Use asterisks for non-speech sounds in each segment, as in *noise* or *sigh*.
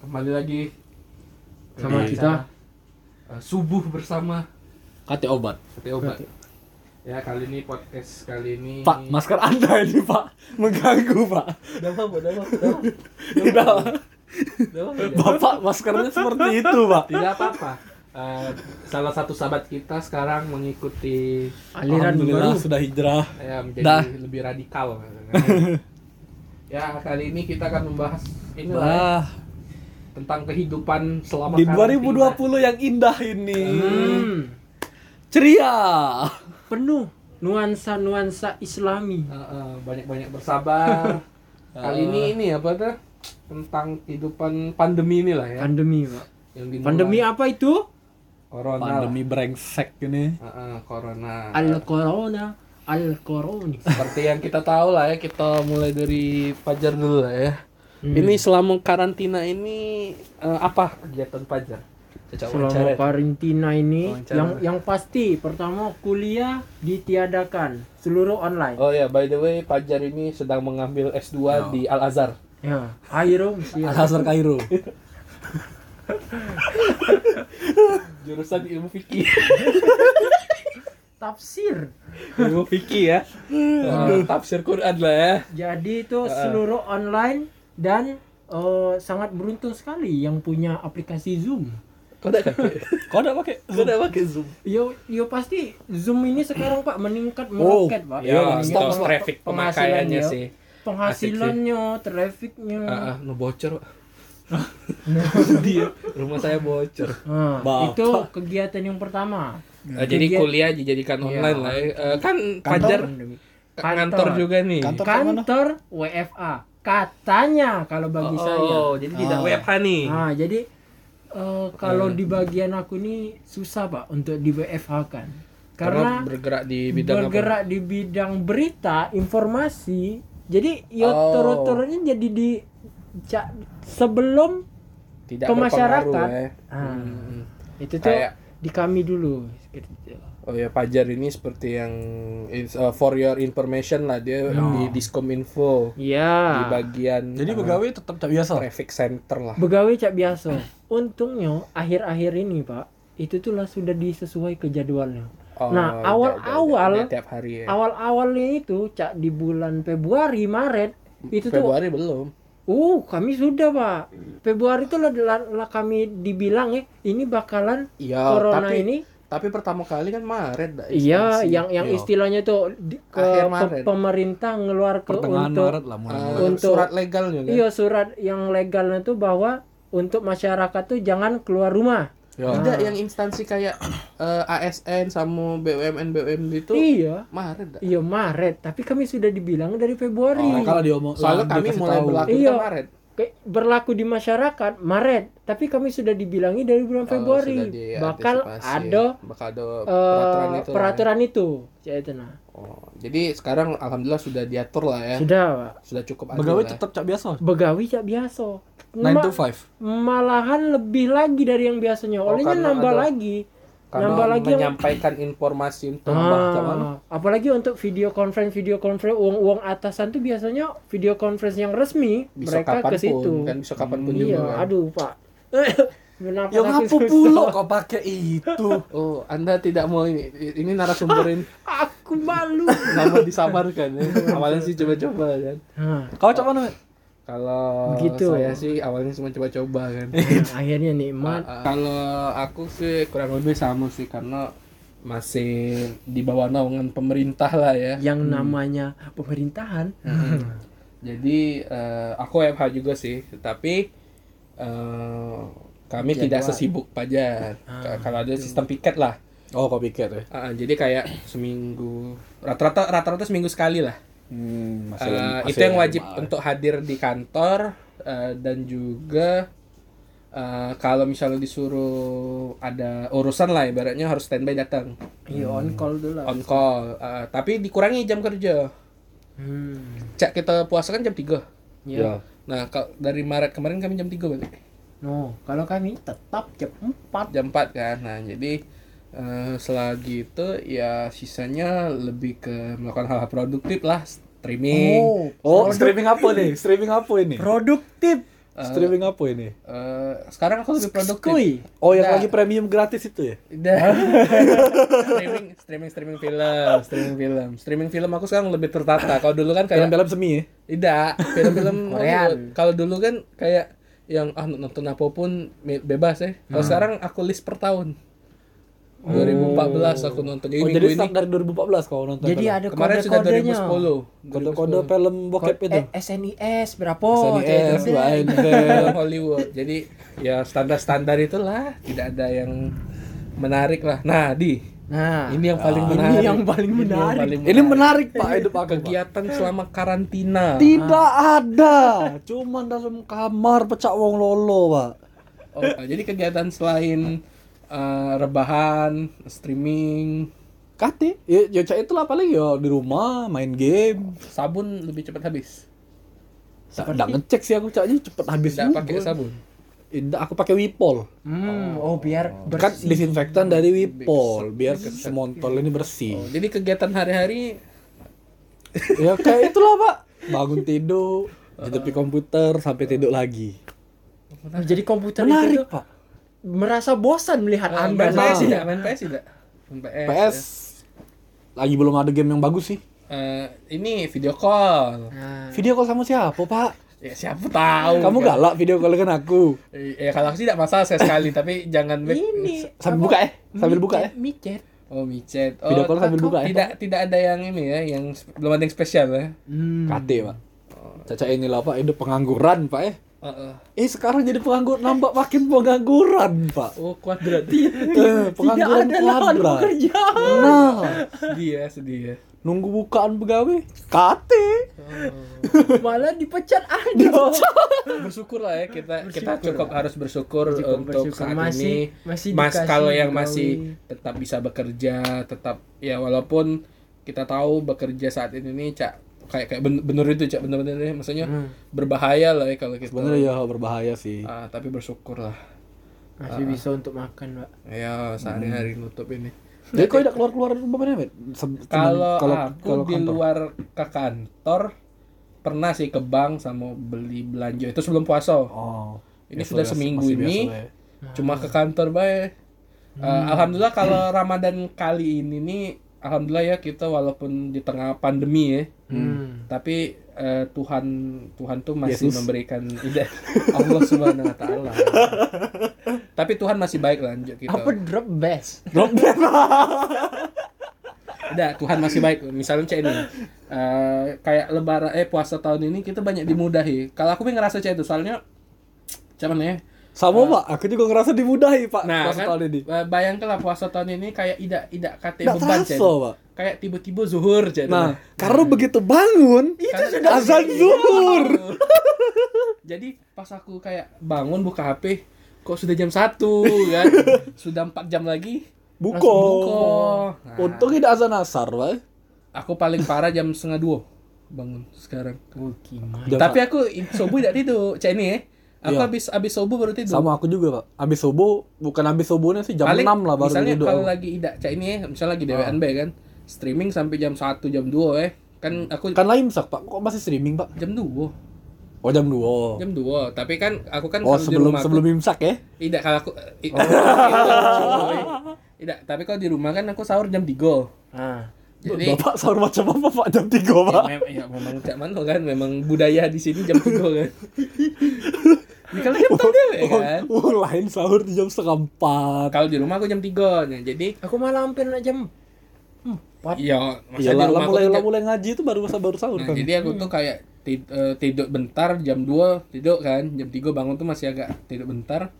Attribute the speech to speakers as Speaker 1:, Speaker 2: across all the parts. Speaker 1: kembali lagi sama
Speaker 2: Iya.
Speaker 1: kita eh, subuh bersama
Speaker 3: Kate obat.
Speaker 1: Teh Obat. Ya kali ini podcast kali ini
Speaker 3: Pak, masker Anda ini, Pak. Mengganggu, Pak.
Speaker 2: Udah mah, udah mah,
Speaker 3: Tidak.
Speaker 2: udah mah.
Speaker 3: Bapak maskernya seperti itu, Pak.
Speaker 1: *laughs* tidak apa-apa. Eh, salah satu sahabat kita sekarang mengikuti
Speaker 2: Aliran
Speaker 3: Alhamdulillah
Speaker 2: baru.
Speaker 3: sudah hijrah.
Speaker 1: ya menjadi
Speaker 3: Dah.
Speaker 1: lebih radikal. ya kali ini kita akan membahas ini lah ya,
Speaker 3: Wah,
Speaker 1: tentang kehidupan selama
Speaker 3: di
Speaker 1: karantina.
Speaker 3: 2020 yang indah ini.
Speaker 2: Hmm,
Speaker 3: Ceria.
Speaker 2: penuh nuansa-nuansa Islami.
Speaker 1: Eh, eh, banyak-banyak
Speaker 2: *laughs*
Speaker 1: bersabar. kali ini ini apa tuh tentang kehidupan pandemi inilah ya.
Speaker 2: Pandemi, Pak.
Speaker 1: yang dimulai.
Speaker 2: Pandemi apa itu?
Speaker 1: corona
Speaker 3: Pandemi brengsek ini.
Speaker 1: lah. Heeh, corona
Speaker 2: Al-Corona, Al-Corona.
Speaker 1: seperti yang kita tahu lah ya kita mulai dari Pajar dulu lah ya
Speaker 2: Hmm.
Speaker 1: ini selama karantina ini eh, apa kegiatan Pajar Caca
Speaker 2: Selama karantina ini,
Speaker 1: Wawancara.
Speaker 2: yang yang pasti pertama kuliah ditiadakan, seluruh online.
Speaker 1: oh ya by the way Pajar ini sedang mengambil S2 di Al Azhar
Speaker 2: Ya, Airo mesti ya.
Speaker 3: Al-Azhar Kairo.
Speaker 1: jurusan ilmu fikih
Speaker 2: tafsir.
Speaker 1: ilmu fikih ya Eh,
Speaker 2: Hmm.
Speaker 1: tafsir Quran lah ya
Speaker 2: Jadi itu seluruh online dan eh, sangat beruntung sekali yang punya aplikasi Zoom.
Speaker 1: kau udah pakai
Speaker 3: Kok ada pakai?
Speaker 1: kau udah pakai Zoom
Speaker 2: Yo, yo pasti Zoom ini sekarang Pak meningkat meroket Pak.
Speaker 3: iya,
Speaker 2: Meningkat
Speaker 3: stop
Speaker 2: Pak.
Speaker 1: traffic pemakaiannya
Speaker 2: Penghasilannya,
Speaker 1: sih
Speaker 2: Penghasilannya, trafficnya.
Speaker 1: Heeh, no bocor Pak. sedih ya rumah saya bocor
Speaker 2: Nah,
Speaker 3: Bapak.
Speaker 2: itu kegiatan yang pertama.
Speaker 1: Eh, jadi
Speaker 2: Kegiat-
Speaker 1: kuliah dijadikan online
Speaker 2: Iya.
Speaker 1: lah. ya. Eh, kan pajar kantor.
Speaker 2: Kantor.
Speaker 1: juga nih.
Speaker 3: Kantor.
Speaker 2: Kantor WFA. Katanya kalau bagi
Speaker 1: oh,
Speaker 2: saya.
Speaker 1: jadi tidak
Speaker 3: Ah.
Speaker 1: WFH nih.
Speaker 2: Nah, jadi eh, kalau di bagian aku ini susah Pak untuk di WFH kan.
Speaker 1: Karena
Speaker 2: Karena
Speaker 1: bergerak di bidang apa?
Speaker 2: bergerak di bidang berita, informasi. Jadi ya
Speaker 1: Oh.
Speaker 2: turut-turutnya jadi di ca- sebelum
Speaker 1: Tidak
Speaker 2: ke masyarakat.
Speaker 1: berpengaruh, ya.
Speaker 2: Ah,
Speaker 1: Hmm.
Speaker 2: itu tuh
Speaker 1: Kayak
Speaker 2: di kami dulu.
Speaker 1: oh ya pajar ini seperti yang it's, uh, for your information lah dia di Diskominfo di
Speaker 2: Iya.
Speaker 1: bagian
Speaker 3: Jadi
Speaker 1: uh,
Speaker 3: pegawai tetap tak biasa.
Speaker 1: traffic center lah.
Speaker 2: Begawe cak biasa. Untungnya akhir-akhir ini, Pak, itu tuh lah sudah disesuai ke jadwalnya.
Speaker 1: Oh,
Speaker 2: Nah,
Speaker 1: udah- udah- udah
Speaker 2: awal-awal-
Speaker 1: tiap hari ya.
Speaker 2: Awal-awalnya itu cak di bulan Februari, Maret, itu tuh
Speaker 1: Februari belum.
Speaker 2: Uh, kami sudah pak.
Speaker 1: Hmm.
Speaker 2: Februari itu lah, lah- lah kami dibilang ya, ini bakalan
Speaker 1: Iya,
Speaker 2: corona
Speaker 1: tapi
Speaker 2: ini.
Speaker 1: tapi pertama kali kan Maret dah
Speaker 2: Iya,
Speaker 1: instansi.
Speaker 2: yang yang
Speaker 3: Iya.
Speaker 2: istilahnya tuh di- ke,
Speaker 1: Akhir
Speaker 2: pe-
Speaker 1: Maret.
Speaker 2: pemerintah ngeluar ke
Speaker 3: Pertengahan
Speaker 2: untuk
Speaker 3: Maret ya lah mulai.
Speaker 1: Eh,
Speaker 2: Untuk-
Speaker 1: surat legalnya kan.
Speaker 2: iya surat yang legalnya tuh bahwa untuk masyarakat tuh jangan keluar rumah.
Speaker 3: Ya.
Speaker 1: Tidak Iya. yang instansi kayak eh, ASN sama BUMN BUMD itu
Speaker 2: Iya.
Speaker 1: gitu. Maret dah.
Speaker 2: Iya Maret, tapi kami sudah dibilang dari
Speaker 3: Nah,
Speaker 1: Oh,
Speaker 2: Februari.
Speaker 3: kalau diomong
Speaker 1: Soalnya
Speaker 3: lah,
Speaker 1: kami
Speaker 3: dikasih
Speaker 1: mulai
Speaker 3: tahu. Eh,
Speaker 1: berlaku
Speaker 2: Iya.
Speaker 1: kan Maret.
Speaker 2: Ke- berlaku di masyarakat Maret, tapi kami sudah dibilangi dari
Speaker 1: Oh,
Speaker 2: bulan
Speaker 1: sudah
Speaker 2: Februari
Speaker 1: diantisipasi.
Speaker 2: bakal ada
Speaker 1: bakal ada
Speaker 2: eh,
Speaker 1: peraturan itu. lah ya.
Speaker 2: peraturan itu. Ya, itu nah.
Speaker 1: Oh, jadi sekarang alhamdulillah sudah diatur lah ya.
Speaker 2: Sudah, Pak.
Speaker 1: Sudah cukup adil.
Speaker 3: Pegawai
Speaker 1: lah. ya.
Speaker 3: tetap tak biasa.
Speaker 2: Begawi cak biasa.
Speaker 1: Nah,
Speaker 3: 9 to
Speaker 2: Ma-
Speaker 3: *laughs* 5.
Speaker 2: malahan lebih lagi dari yang biasanya.
Speaker 1: Oh,
Speaker 2: Olehnya
Speaker 1: karena
Speaker 2: nambah
Speaker 1: ada-
Speaker 2: lagi.
Speaker 1: Karena
Speaker 2: nambah lagi yang-
Speaker 1: menyampaikan informasi untuk bahkan
Speaker 2: Ah, apalagi untuk video conference video conference uang-uang atasan tuh biasanya video conference yang resmi
Speaker 1: bisa
Speaker 2: mereka
Speaker 1: kapanpun
Speaker 2: ke situ.
Speaker 1: kan bisa kapanpun
Speaker 3: Hmm,
Speaker 2: iya,
Speaker 1: juga. Kan?
Speaker 2: aduh, Pak. Kenapa
Speaker 3: Ya
Speaker 2: kaki
Speaker 3: ngapu
Speaker 2: susah?
Speaker 3: pula kok pakai itu?
Speaker 1: Oh, Anda tidak mau ini ini narasumberin
Speaker 2: *laughs* Aku malu.
Speaker 1: nama disamarkan ya. Awalnya sih coba-coba kan.
Speaker 2: Nah,
Speaker 3: Kau coba mana?
Speaker 1: Kalau
Speaker 2: Begitu.
Speaker 1: saya sih awalnya cuma coba-coba kan.
Speaker 2: Eh, akhirnya nikmat.
Speaker 1: Uh, kalau aku sih kurang lebih sama sih karena masih di bawah naungan pemerintah lah ya. Hmm.
Speaker 2: yang namanya pemerintahan.
Speaker 1: Jadi eh, aku FH juga sih, tapi eh, kami
Speaker 2: Jadwal.
Speaker 1: tidak sesibuk pajak. Ka- Kalau ada sistem piket lah.
Speaker 3: Oh, kau pikir ya.
Speaker 1: Ah, ah, jadi kayak seminggu rata-rata rata-rata seminggu sekali lah.
Speaker 3: Hmm,
Speaker 1: Eh, itu yang wajib untuk hadir di kantor eh, dan juga eh, kalau misalnya disuruh ada urusan lah ibaratnya harus standby datang.
Speaker 2: Iya,
Speaker 1: Hmm.
Speaker 2: on call dulu. lah.
Speaker 1: on call Eh, tapi dikurangi jam kerja
Speaker 2: Hmm.
Speaker 1: cak kita puasa kan jam 3
Speaker 3: Ya.
Speaker 2: Iya.
Speaker 1: nah kalau dari Maret kemarin kami jam 3 balik
Speaker 2: No, kalau kami tetap jam 4.
Speaker 1: jam 4 kan nah jadi eh, selagi itu ya sisanya lebih ke melakukan hal-hal produktif lah streaming
Speaker 2: Oh.
Speaker 3: Oh, streaming apa nih? Streaming apa ini?
Speaker 2: produktif.
Speaker 1: Eh, Eh,
Speaker 3: Streaming apa ini?
Speaker 1: eh, sekarang aku lebih produktif.
Speaker 2: Skui.
Speaker 3: Oh, yang
Speaker 1: Nah.
Speaker 3: lagi premium gratis itu ya?
Speaker 1: Dah. *laughs* streaming streaming streaming film, streaming film. Streaming film aku sekarang lebih tertata. Kalau dulu kan kayak
Speaker 3: Film-film semi ya?
Speaker 1: tidak,
Speaker 2: *laughs*
Speaker 1: film-film
Speaker 2: Korean.
Speaker 1: aku- Kalau dulu kan kayak yang ah nonton apapun me- bebas ya.
Speaker 2: Hmm.
Speaker 1: Kalau sekarang aku list per tahun. 2014 aku nonton. Jadi
Speaker 3: Oh,
Speaker 1: minggu
Speaker 3: jadi
Speaker 1: ini
Speaker 3: start dari 2014 kalau nonton
Speaker 2: Jadi
Speaker 3: film.
Speaker 2: ada
Speaker 1: kemarin sudah
Speaker 2: kode-kodenya.
Speaker 1: 2010.
Speaker 3: kode-kode film bokep
Speaker 2: Ko-
Speaker 3: itu.
Speaker 2: eh, SNIS berapa?
Speaker 3: SNES,
Speaker 2: Cek-cek.
Speaker 3: Weinfeld.
Speaker 1: Film Hollywood. Jadi ya standar-standar itulah, tidak ada yang menarik lah. Nah, di
Speaker 2: Nah,
Speaker 1: ini yang paling
Speaker 2: ini
Speaker 1: menarik.
Speaker 2: yang paling
Speaker 1: Ini yang
Speaker 2: menarik.
Speaker 1: paling
Speaker 3: Ini menarik Pak hidup aku. Pak.
Speaker 1: kegiatan selama karantina.
Speaker 3: Tidak ada. Cuman dalam kamar pecah wong lolo, Pak.
Speaker 1: Oh, jadi kegiatan selain eh, rebahan, streaming,
Speaker 3: Kate, ya, ya cak itulah paling ya di rumah main game.
Speaker 1: sabun lebih cepat habis.
Speaker 3: Nggak ngecek sih aku caknya cepet habis
Speaker 1: Tidak
Speaker 3: juga.
Speaker 1: pakai sabun.
Speaker 3: Tidak, aku pakai Wipol.
Speaker 2: Hmm, oh biar
Speaker 3: Kan
Speaker 2: bersih.
Speaker 3: disinfektan dari Wipol biar semontol ini bersih.
Speaker 1: Oh, jadi kegiatan hari-hari eh,
Speaker 3: Ya kayak itulah, Pak. Bangun tidur, di komputer sampai tidur lagi.
Speaker 2: Jadi komputer itu
Speaker 3: Menarik,
Speaker 2: tuh
Speaker 3: Pak.
Speaker 2: merasa bosan melihat
Speaker 1: eh,
Speaker 2: Anda.
Speaker 1: main PS
Speaker 3: Nah.
Speaker 1: tidak, main PS tidak. Main ya. PS.
Speaker 3: PS lagi belum ada game yang bagus sih.
Speaker 1: Eh, ini video call.
Speaker 2: Nah,
Speaker 3: Video call sama siapa, Pak?
Speaker 1: Ya siapa tahu.
Speaker 3: Kamu
Speaker 1: kan?
Speaker 3: galak video call kan aku.
Speaker 1: Eh, Ya kalau aku sih tidak masalah saya sekali, tapi jangan back-
Speaker 2: ini
Speaker 3: Sambil buka ya, sambil buka ya.
Speaker 2: micet.
Speaker 1: Oh, micet. Oh,
Speaker 3: Video call sambil
Speaker 1: tak-
Speaker 3: buka ya.
Speaker 1: Tidak tidak ada yang ini ya, yang sp- belum ada yang spesial ya.
Speaker 3: Kate, Pak. Caca inilah, Pak, itu pengangguran, Pak eh.
Speaker 1: Heeh.
Speaker 3: Eh, sekarang jadi penganggur nambah makin pengangguran, Pak.
Speaker 1: Oh, kuadrat.
Speaker 3: Eh,
Speaker 2: Tidak
Speaker 3: pengangguran
Speaker 2: Iya, ada lawan
Speaker 3: kuadrat. *laughs*
Speaker 2: pekerjaan.
Speaker 3: Nah,
Speaker 1: sedih ya, sedih ya.
Speaker 3: nunggu bukaan pegawai. Kate.
Speaker 2: Malah dipecat Anda.
Speaker 1: bersyukur lah ya kita kita
Speaker 2: Bersyukur
Speaker 1: cukup harus bersyukur
Speaker 2: Cukup
Speaker 1: untuk
Speaker 2: bersyukur.
Speaker 1: saat
Speaker 2: Masih-
Speaker 1: ini
Speaker 2: masih
Speaker 1: mas
Speaker 2: dikasih
Speaker 1: kalau yang
Speaker 2: pegawai.
Speaker 1: masih tetap bisa bekerja tetap ya walaupun kita tahu bekerja saat ini nih cak kayak kayak ben- bener itu cak bener-bener nih, maksudnya
Speaker 2: Hmm.
Speaker 1: berbahaya lah ya kalau kita
Speaker 3: Sebenarnya ya berbahaya sih.
Speaker 1: Ah, tapi bersyukur lah
Speaker 2: Masih bisa untuk makan, Pak.
Speaker 1: ya sehari-hari
Speaker 2: Hmm.
Speaker 1: nutup ini
Speaker 3: Jadi kau tidak keluar-keluar dari rumah mana, Met? Se- cuman
Speaker 1: kalau
Speaker 3: kalau
Speaker 1: aku di
Speaker 3: kantor.
Speaker 1: luar ke kantor pernah sih ke bank sama beli belanja itu sebelum puasa
Speaker 3: Oh.
Speaker 1: Ini
Speaker 3: biasa
Speaker 1: sudah
Speaker 3: ya,
Speaker 1: seminggu
Speaker 3: masih
Speaker 1: ini.
Speaker 3: biasa ya.
Speaker 1: cuma ke kantor baik alhamdulillah kalau Ramadan kali ini nih alhamdulillah ya kita walaupun di tengah pandemi ya
Speaker 2: Hmm.
Speaker 1: tapi eh, Tuhan Tuhan tuh masih
Speaker 3: Yesus.
Speaker 1: memberikan ide Allah Subhanahu wa taala. tapi Tuhan masih baik gitu. lah untuk kita.
Speaker 2: Apa drop best?
Speaker 3: Drop dead.
Speaker 1: Enggak, Tuhan masih baik. Misalnya cek ini. eh, kayak lebaran eh puasa tahun ini kita banyak dimudahi. Kalau aku sih ngerasa cek itu soalnya cuman ya
Speaker 3: Sama, Pak. Aku juga ngerasa dimudahi, Pak.
Speaker 1: Nah,
Speaker 3: pas
Speaker 1: kan,
Speaker 3: tahun ini.
Speaker 1: eh, bayangkan lah puasa tahun ini kayak tidak tidak kate
Speaker 3: Nggak
Speaker 1: beban Cen.
Speaker 3: terasa, Pak.
Speaker 1: Kayak tiba-tiba zuhur jadi.
Speaker 3: Nah, karena begitu bangun,
Speaker 1: sudah
Speaker 3: azan zuhur.
Speaker 1: kan *laughs* jadi pas aku kayak bangun buka HP, kok sudah jam 1 kan. sudah 4 jam lagi.
Speaker 3: Buko.
Speaker 1: langsung buko. Nah,
Speaker 3: Untung tidak azan asar, Pak.
Speaker 1: aku paling parah jam setengah dua bangun sekarang.
Speaker 2: Oh, gimana?
Speaker 3: Jam
Speaker 1: Tapi aku i- subuh tidak tidur. Cek ini ya. Aku
Speaker 3: Iya.
Speaker 1: habis habis subuh baru tidur.
Speaker 3: Sama aku juga, Pak. Habis subuh, bukan habis subuhnya sih jam
Speaker 1: Paling
Speaker 3: 6 lah baru
Speaker 1: misalnya
Speaker 3: tidur. Ah.
Speaker 1: kalau
Speaker 3: aku.
Speaker 1: lagi tidak cak ini ya, misalnya lagi DWNB kan streaming sampai jam 1 jam 2 eh kan aku
Speaker 3: Kan lain sak, Pak. Kok masih streaming, Pak?
Speaker 1: jam 2
Speaker 3: Oh, jam 2.
Speaker 1: jam 2 tapi kan aku kan
Speaker 3: Oh,
Speaker 1: kalau di
Speaker 3: sebelum
Speaker 1: rumah aku-
Speaker 3: sebelum Oh. imsak ya.
Speaker 1: tidak kalau aku i- Sorry. tidak tapi kalau di rumah kan aku sahur jam 3
Speaker 2: Ah.
Speaker 1: jadi
Speaker 3: Bapak sahur macam apa, Pak? Jam 3, Pak.
Speaker 1: mem- ya, memang cak mano kan memang budaya di sini jam 3 kan Ya, kalau jam
Speaker 3: Oh.
Speaker 1: tahu dewe kan
Speaker 3: Wah, wah, lain sahur di jam setengah 4.
Speaker 1: kalau di rumah aku jam 3 nah, jadi
Speaker 2: Aku malah hampir nak jam empat.
Speaker 1: ya
Speaker 3: Iya
Speaker 1: masa di rumah
Speaker 3: lah, lah,
Speaker 1: aku
Speaker 3: mulai
Speaker 1: tuh
Speaker 3: lah
Speaker 1: jam-
Speaker 3: mulai ngaji itu baru baru sahur
Speaker 1: Nah,
Speaker 3: kan.
Speaker 1: jadi aku tuh kayak tid- eh, tidur bentar jam 2 tidur kan, jam 3 bangun tuh masih agak tidur bentar.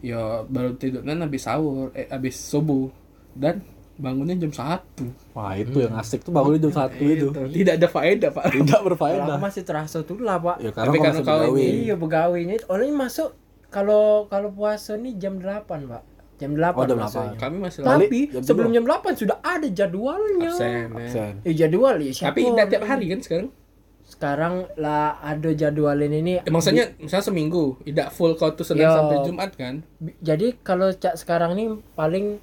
Speaker 1: Ya baru tidur kan habis sahur, eh habis subuh dan bangunnya jam 1.
Speaker 3: Wah, itu yang asik tuh bangunnya jam 1
Speaker 1: Iya
Speaker 3: itu.
Speaker 1: Tidak ada faedah, Pak.
Speaker 3: Tidak
Speaker 2: Kalau aku
Speaker 3: berfaedah.
Speaker 2: masih terasa tuh lah, Pak.
Speaker 3: Ya
Speaker 1: Tapi
Speaker 3: karena
Speaker 1: karena
Speaker 3: kalau
Speaker 1: kau
Speaker 3: pegawai.
Speaker 1: ini-
Speaker 2: Iya, pegawainya itu orang masuk kalau kalau puasa nih jam 8, Pak. Jam 8
Speaker 3: Oh, jam
Speaker 2: masuknya.
Speaker 1: Nah, Kami masih lama.
Speaker 3: Balik
Speaker 2: Tapi
Speaker 3: jam
Speaker 2: sebelum jam 8 sudah ada jadwalnya.
Speaker 1: Absen, ya.
Speaker 3: Absen.
Speaker 2: Eh, jadwal ya siapa
Speaker 1: Tapi tidak
Speaker 2: orang
Speaker 1: tiap
Speaker 2: ini?
Speaker 1: hari kan sekarang?
Speaker 2: Sekarang lah ada jadwalin ini.
Speaker 1: Eh, maksudnya misalnya seminggu, tidak full kau tuh Senin
Speaker 2: Yo.
Speaker 1: sampai Jumat kan?
Speaker 2: Bi- Jadi kalau cak sekarang nih paling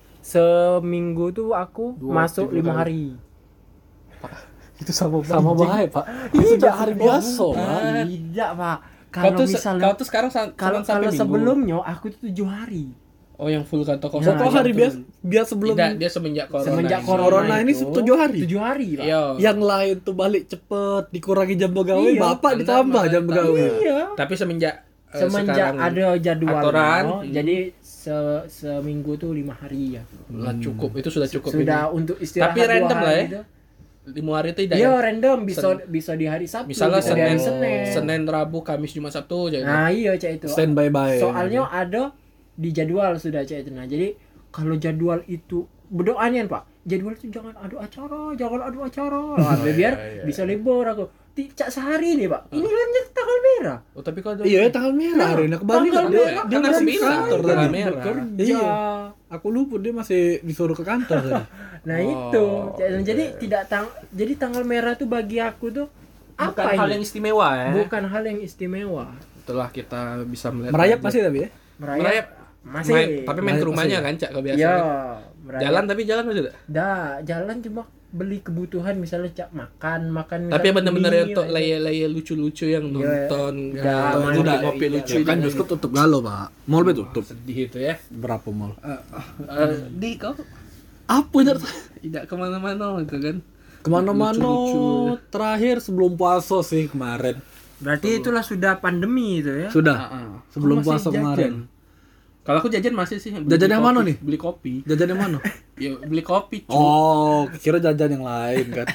Speaker 2: seminggu tuh aku masuk
Speaker 1: tiga
Speaker 2: lima
Speaker 1: kali.
Speaker 2: hari.
Speaker 1: Iya,
Speaker 3: Itu sama sama bahaya, Pak. Itu sudah hari biasa, Pak.
Speaker 2: Ah, Tidak, Pak.
Speaker 1: Kau
Speaker 2: kalau
Speaker 1: tuh, se-
Speaker 2: misalnya
Speaker 1: kau tuh sekarang sa-
Speaker 2: kalau
Speaker 1: cuman sampai
Speaker 2: kalau
Speaker 1: minggu.
Speaker 2: sebelumnya aku tuh tujuh hari
Speaker 1: Oh yang full kata kosong.
Speaker 2: Nah,
Speaker 3: Kok hari
Speaker 1: Iya,
Speaker 3: biasa
Speaker 1: tuh.
Speaker 3: biasa sebelum
Speaker 1: Tidak, dia semenjak corona.
Speaker 2: semenjak
Speaker 1: ini.
Speaker 2: corona,
Speaker 3: corona ini
Speaker 2: itu,
Speaker 3: tujuh hari?
Speaker 2: tujuh hari pak
Speaker 1: Iya.
Speaker 3: yang lain tuh balik cepet dikurangi jam pegawai
Speaker 2: Iya,
Speaker 3: bapak
Speaker 1: Anda
Speaker 3: ditambah
Speaker 1: malah
Speaker 3: jam pegawai
Speaker 1: ditambah. Tapi semenjak eh,
Speaker 2: semenjak
Speaker 1: sekarang
Speaker 2: ada jadwal Oh,
Speaker 1: aturan, hmm.
Speaker 2: jadi se- seminggu tuh lima hari ya
Speaker 1: lah cukup itu sudah cukup
Speaker 2: sudah
Speaker 1: ini.
Speaker 2: untuk istirahat
Speaker 1: Tapi
Speaker 2: dua
Speaker 1: random
Speaker 2: hari
Speaker 1: lah ya.
Speaker 2: itu.
Speaker 1: lima hari itu tidak
Speaker 2: Iya
Speaker 1: ya?
Speaker 2: random bisa
Speaker 1: Sen-
Speaker 2: bisa di hari Sabtu
Speaker 1: misalnya
Speaker 2: bisa di hari
Speaker 1: Senin,
Speaker 2: Senin.
Speaker 1: Senin Rabu Kamis Jumat Sabtu jadi
Speaker 2: Nah iya cak itu.
Speaker 3: stand by by
Speaker 2: Soalnya ada di jadwal sudah cak itu. Nah jadi kalau jadwal itu berdoanya pak jadwal itu jangan adu acara jangan adu acara
Speaker 1: *laughs* Oh,
Speaker 2: Nah,
Speaker 1: iya,
Speaker 2: biar bisa libur aku Ti- cak sehari nih pak
Speaker 1: Ah.
Speaker 2: ini kan tanggal merah
Speaker 1: oh tapi kok ada
Speaker 3: iya tanggal merah hari ini kemarin
Speaker 2: tanggal
Speaker 3: dia,
Speaker 2: merah, Iya,
Speaker 1: kan
Speaker 3: dia masih
Speaker 1: harus
Speaker 3: di
Speaker 1: bisa,
Speaker 3: kantor
Speaker 1: tanggal
Speaker 3: tadi.
Speaker 1: merah.
Speaker 2: bekerja
Speaker 3: Iya. aku luput dia masih disuruh ke kantor *laughs* tadi
Speaker 2: nah
Speaker 1: Oh,
Speaker 2: itu Cak Edun. jadi
Speaker 1: oke.
Speaker 2: tidak tang jadi tanggal merah tuh bagi aku tuh apa
Speaker 4: Bukan
Speaker 2: ini
Speaker 4: hal yang istimewa ya.
Speaker 2: bukan hal yang istimewa
Speaker 1: setelah kita bisa melihat
Speaker 3: merayap
Speaker 1: lagi.
Speaker 3: masih tapi ya
Speaker 2: merayap,
Speaker 1: merayap
Speaker 2: masih
Speaker 1: Main- tapi main ke
Speaker 3: Merayap
Speaker 1: rumahnya
Speaker 3: masih.
Speaker 1: kan cak kebiasaan
Speaker 2: ya
Speaker 1: jalan tapi jalan masih tidak
Speaker 2: dah jalan cuma beli kebutuhan misalnya cak makan makan
Speaker 1: tapi
Speaker 2: misalnya
Speaker 1: bener-bener
Speaker 2: mie, ya.
Speaker 1: yang untuk
Speaker 2: aja.
Speaker 1: layer-layer lucu-lucu yang
Speaker 2: Iya.
Speaker 1: nonton
Speaker 2: Iya,
Speaker 1: nonton,
Speaker 2: iya,
Speaker 1: ngopi
Speaker 3: iya,
Speaker 1: ngopi
Speaker 2: iya,
Speaker 1: lucu
Speaker 2: iya.
Speaker 1: kan
Speaker 3: bioskop tutup galau pak mall be tutup
Speaker 1: sedih itu ya
Speaker 3: berapa mall
Speaker 1: Eh, di kok
Speaker 3: apa ini
Speaker 1: tidak kemana-mana gitu kan
Speaker 3: *laughs* kemana-mana
Speaker 1: Lucu-lucu.
Speaker 3: terakhir sebelum puasa sih kemarin
Speaker 2: berarti itulah sudah pandemi itu ya
Speaker 3: sudah
Speaker 1: Heeh.
Speaker 3: sebelum
Speaker 1: Kok Ah, masih
Speaker 3: puasa kemarin.
Speaker 1: kalau aku jajan masih sih beli
Speaker 3: Jajan yang
Speaker 1: kopi-
Speaker 3: mana nih?
Speaker 1: beli kopi
Speaker 3: jajan yang mana
Speaker 1: *laughs* ya beli kopi cu.
Speaker 3: oh kira jajan yang lain kan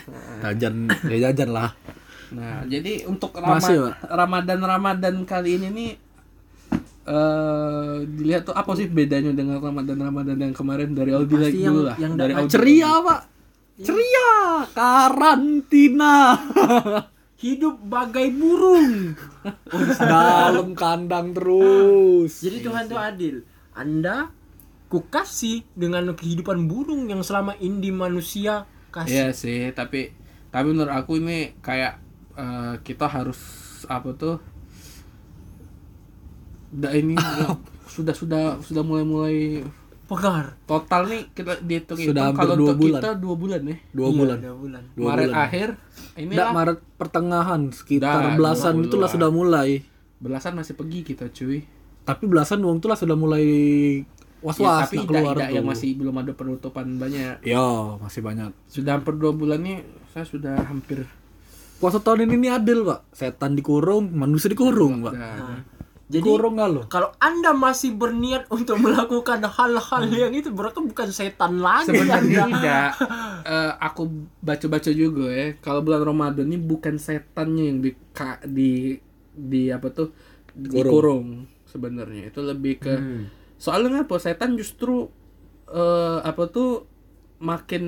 Speaker 3: jajan ya jajan lah
Speaker 1: Nah, jadi untuk Rama-
Speaker 3: Masih, Pak.
Speaker 1: Ramadan Ramadan kali ini nih eh dilihat tuh apa sih bedanya dengan Ramadan Ramadan yang kemarin dari Aldi
Speaker 2: Pasti
Speaker 1: lagi
Speaker 2: yang-
Speaker 1: dulu lah.
Speaker 2: yang
Speaker 1: dari
Speaker 2: dapat
Speaker 1: Aldi.
Speaker 3: ceria pak ceria karantina
Speaker 2: hidup bagai burung
Speaker 1: *laughs*
Speaker 3: dalam kandang terus
Speaker 2: jadi Tuhan
Speaker 1: Iya
Speaker 2: tuh adil anda kukasih dengan kehidupan burung yang selama ini manusia
Speaker 1: Iya
Speaker 2: kasih
Speaker 1: sih, tapi tapi menurut aku ini kayak eh, kita harus apa tuh? Udah ini
Speaker 3: *laughs*
Speaker 1: sudah sudah sudah mulai-mulai
Speaker 2: pegar
Speaker 1: total nih kita dihitung
Speaker 3: Sudah hampir
Speaker 1: kalau
Speaker 3: dua
Speaker 1: untuk
Speaker 3: bulan.
Speaker 1: kita dua bulan ya.
Speaker 3: dua
Speaker 2: Iya,
Speaker 3: bulan
Speaker 2: dua bulan
Speaker 3: dua
Speaker 1: Maret
Speaker 3: bulan
Speaker 1: akhir ini
Speaker 3: Nggak, Maret pertengahan
Speaker 1: Dah,
Speaker 3: sekitar
Speaker 1: dua
Speaker 3: belasan
Speaker 1: bulan.
Speaker 3: itulah sudah mulai
Speaker 1: belasan masih pergi kita cuy.
Speaker 3: tapi belasan uang itulah sudah mulai was
Speaker 1: Ya,
Speaker 3: was
Speaker 1: tapi
Speaker 3: nak
Speaker 1: tidak,
Speaker 3: keluar
Speaker 1: tidak
Speaker 3: tuh
Speaker 1: yang masih belum ada penutupan banyak.
Speaker 3: ya masih banyak
Speaker 1: Sudah hampir dua bulan nih, saya sudah hampir.
Speaker 3: puasa tahun ini nih adil pak setan dikurung manusia dikurung pak
Speaker 1: Nah,
Speaker 2: jadi
Speaker 3: dikurung nggak lo
Speaker 2: kalau anda masih berniat untuk melakukan hal-hal yang itu berarti bukan setan lagi
Speaker 1: sebenarnya
Speaker 2: Anda.
Speaker 1: tidak. Eh, aku baca-baca juga ya, kalau bulan Ramadan ini bukan setannya yang di ka- di, di apa tuh dikurung sebenarnya. Itu lebih ke
Speaker 2: Hmm.
Speaker 1: soalnya apa setan justru eh, apa tuh makin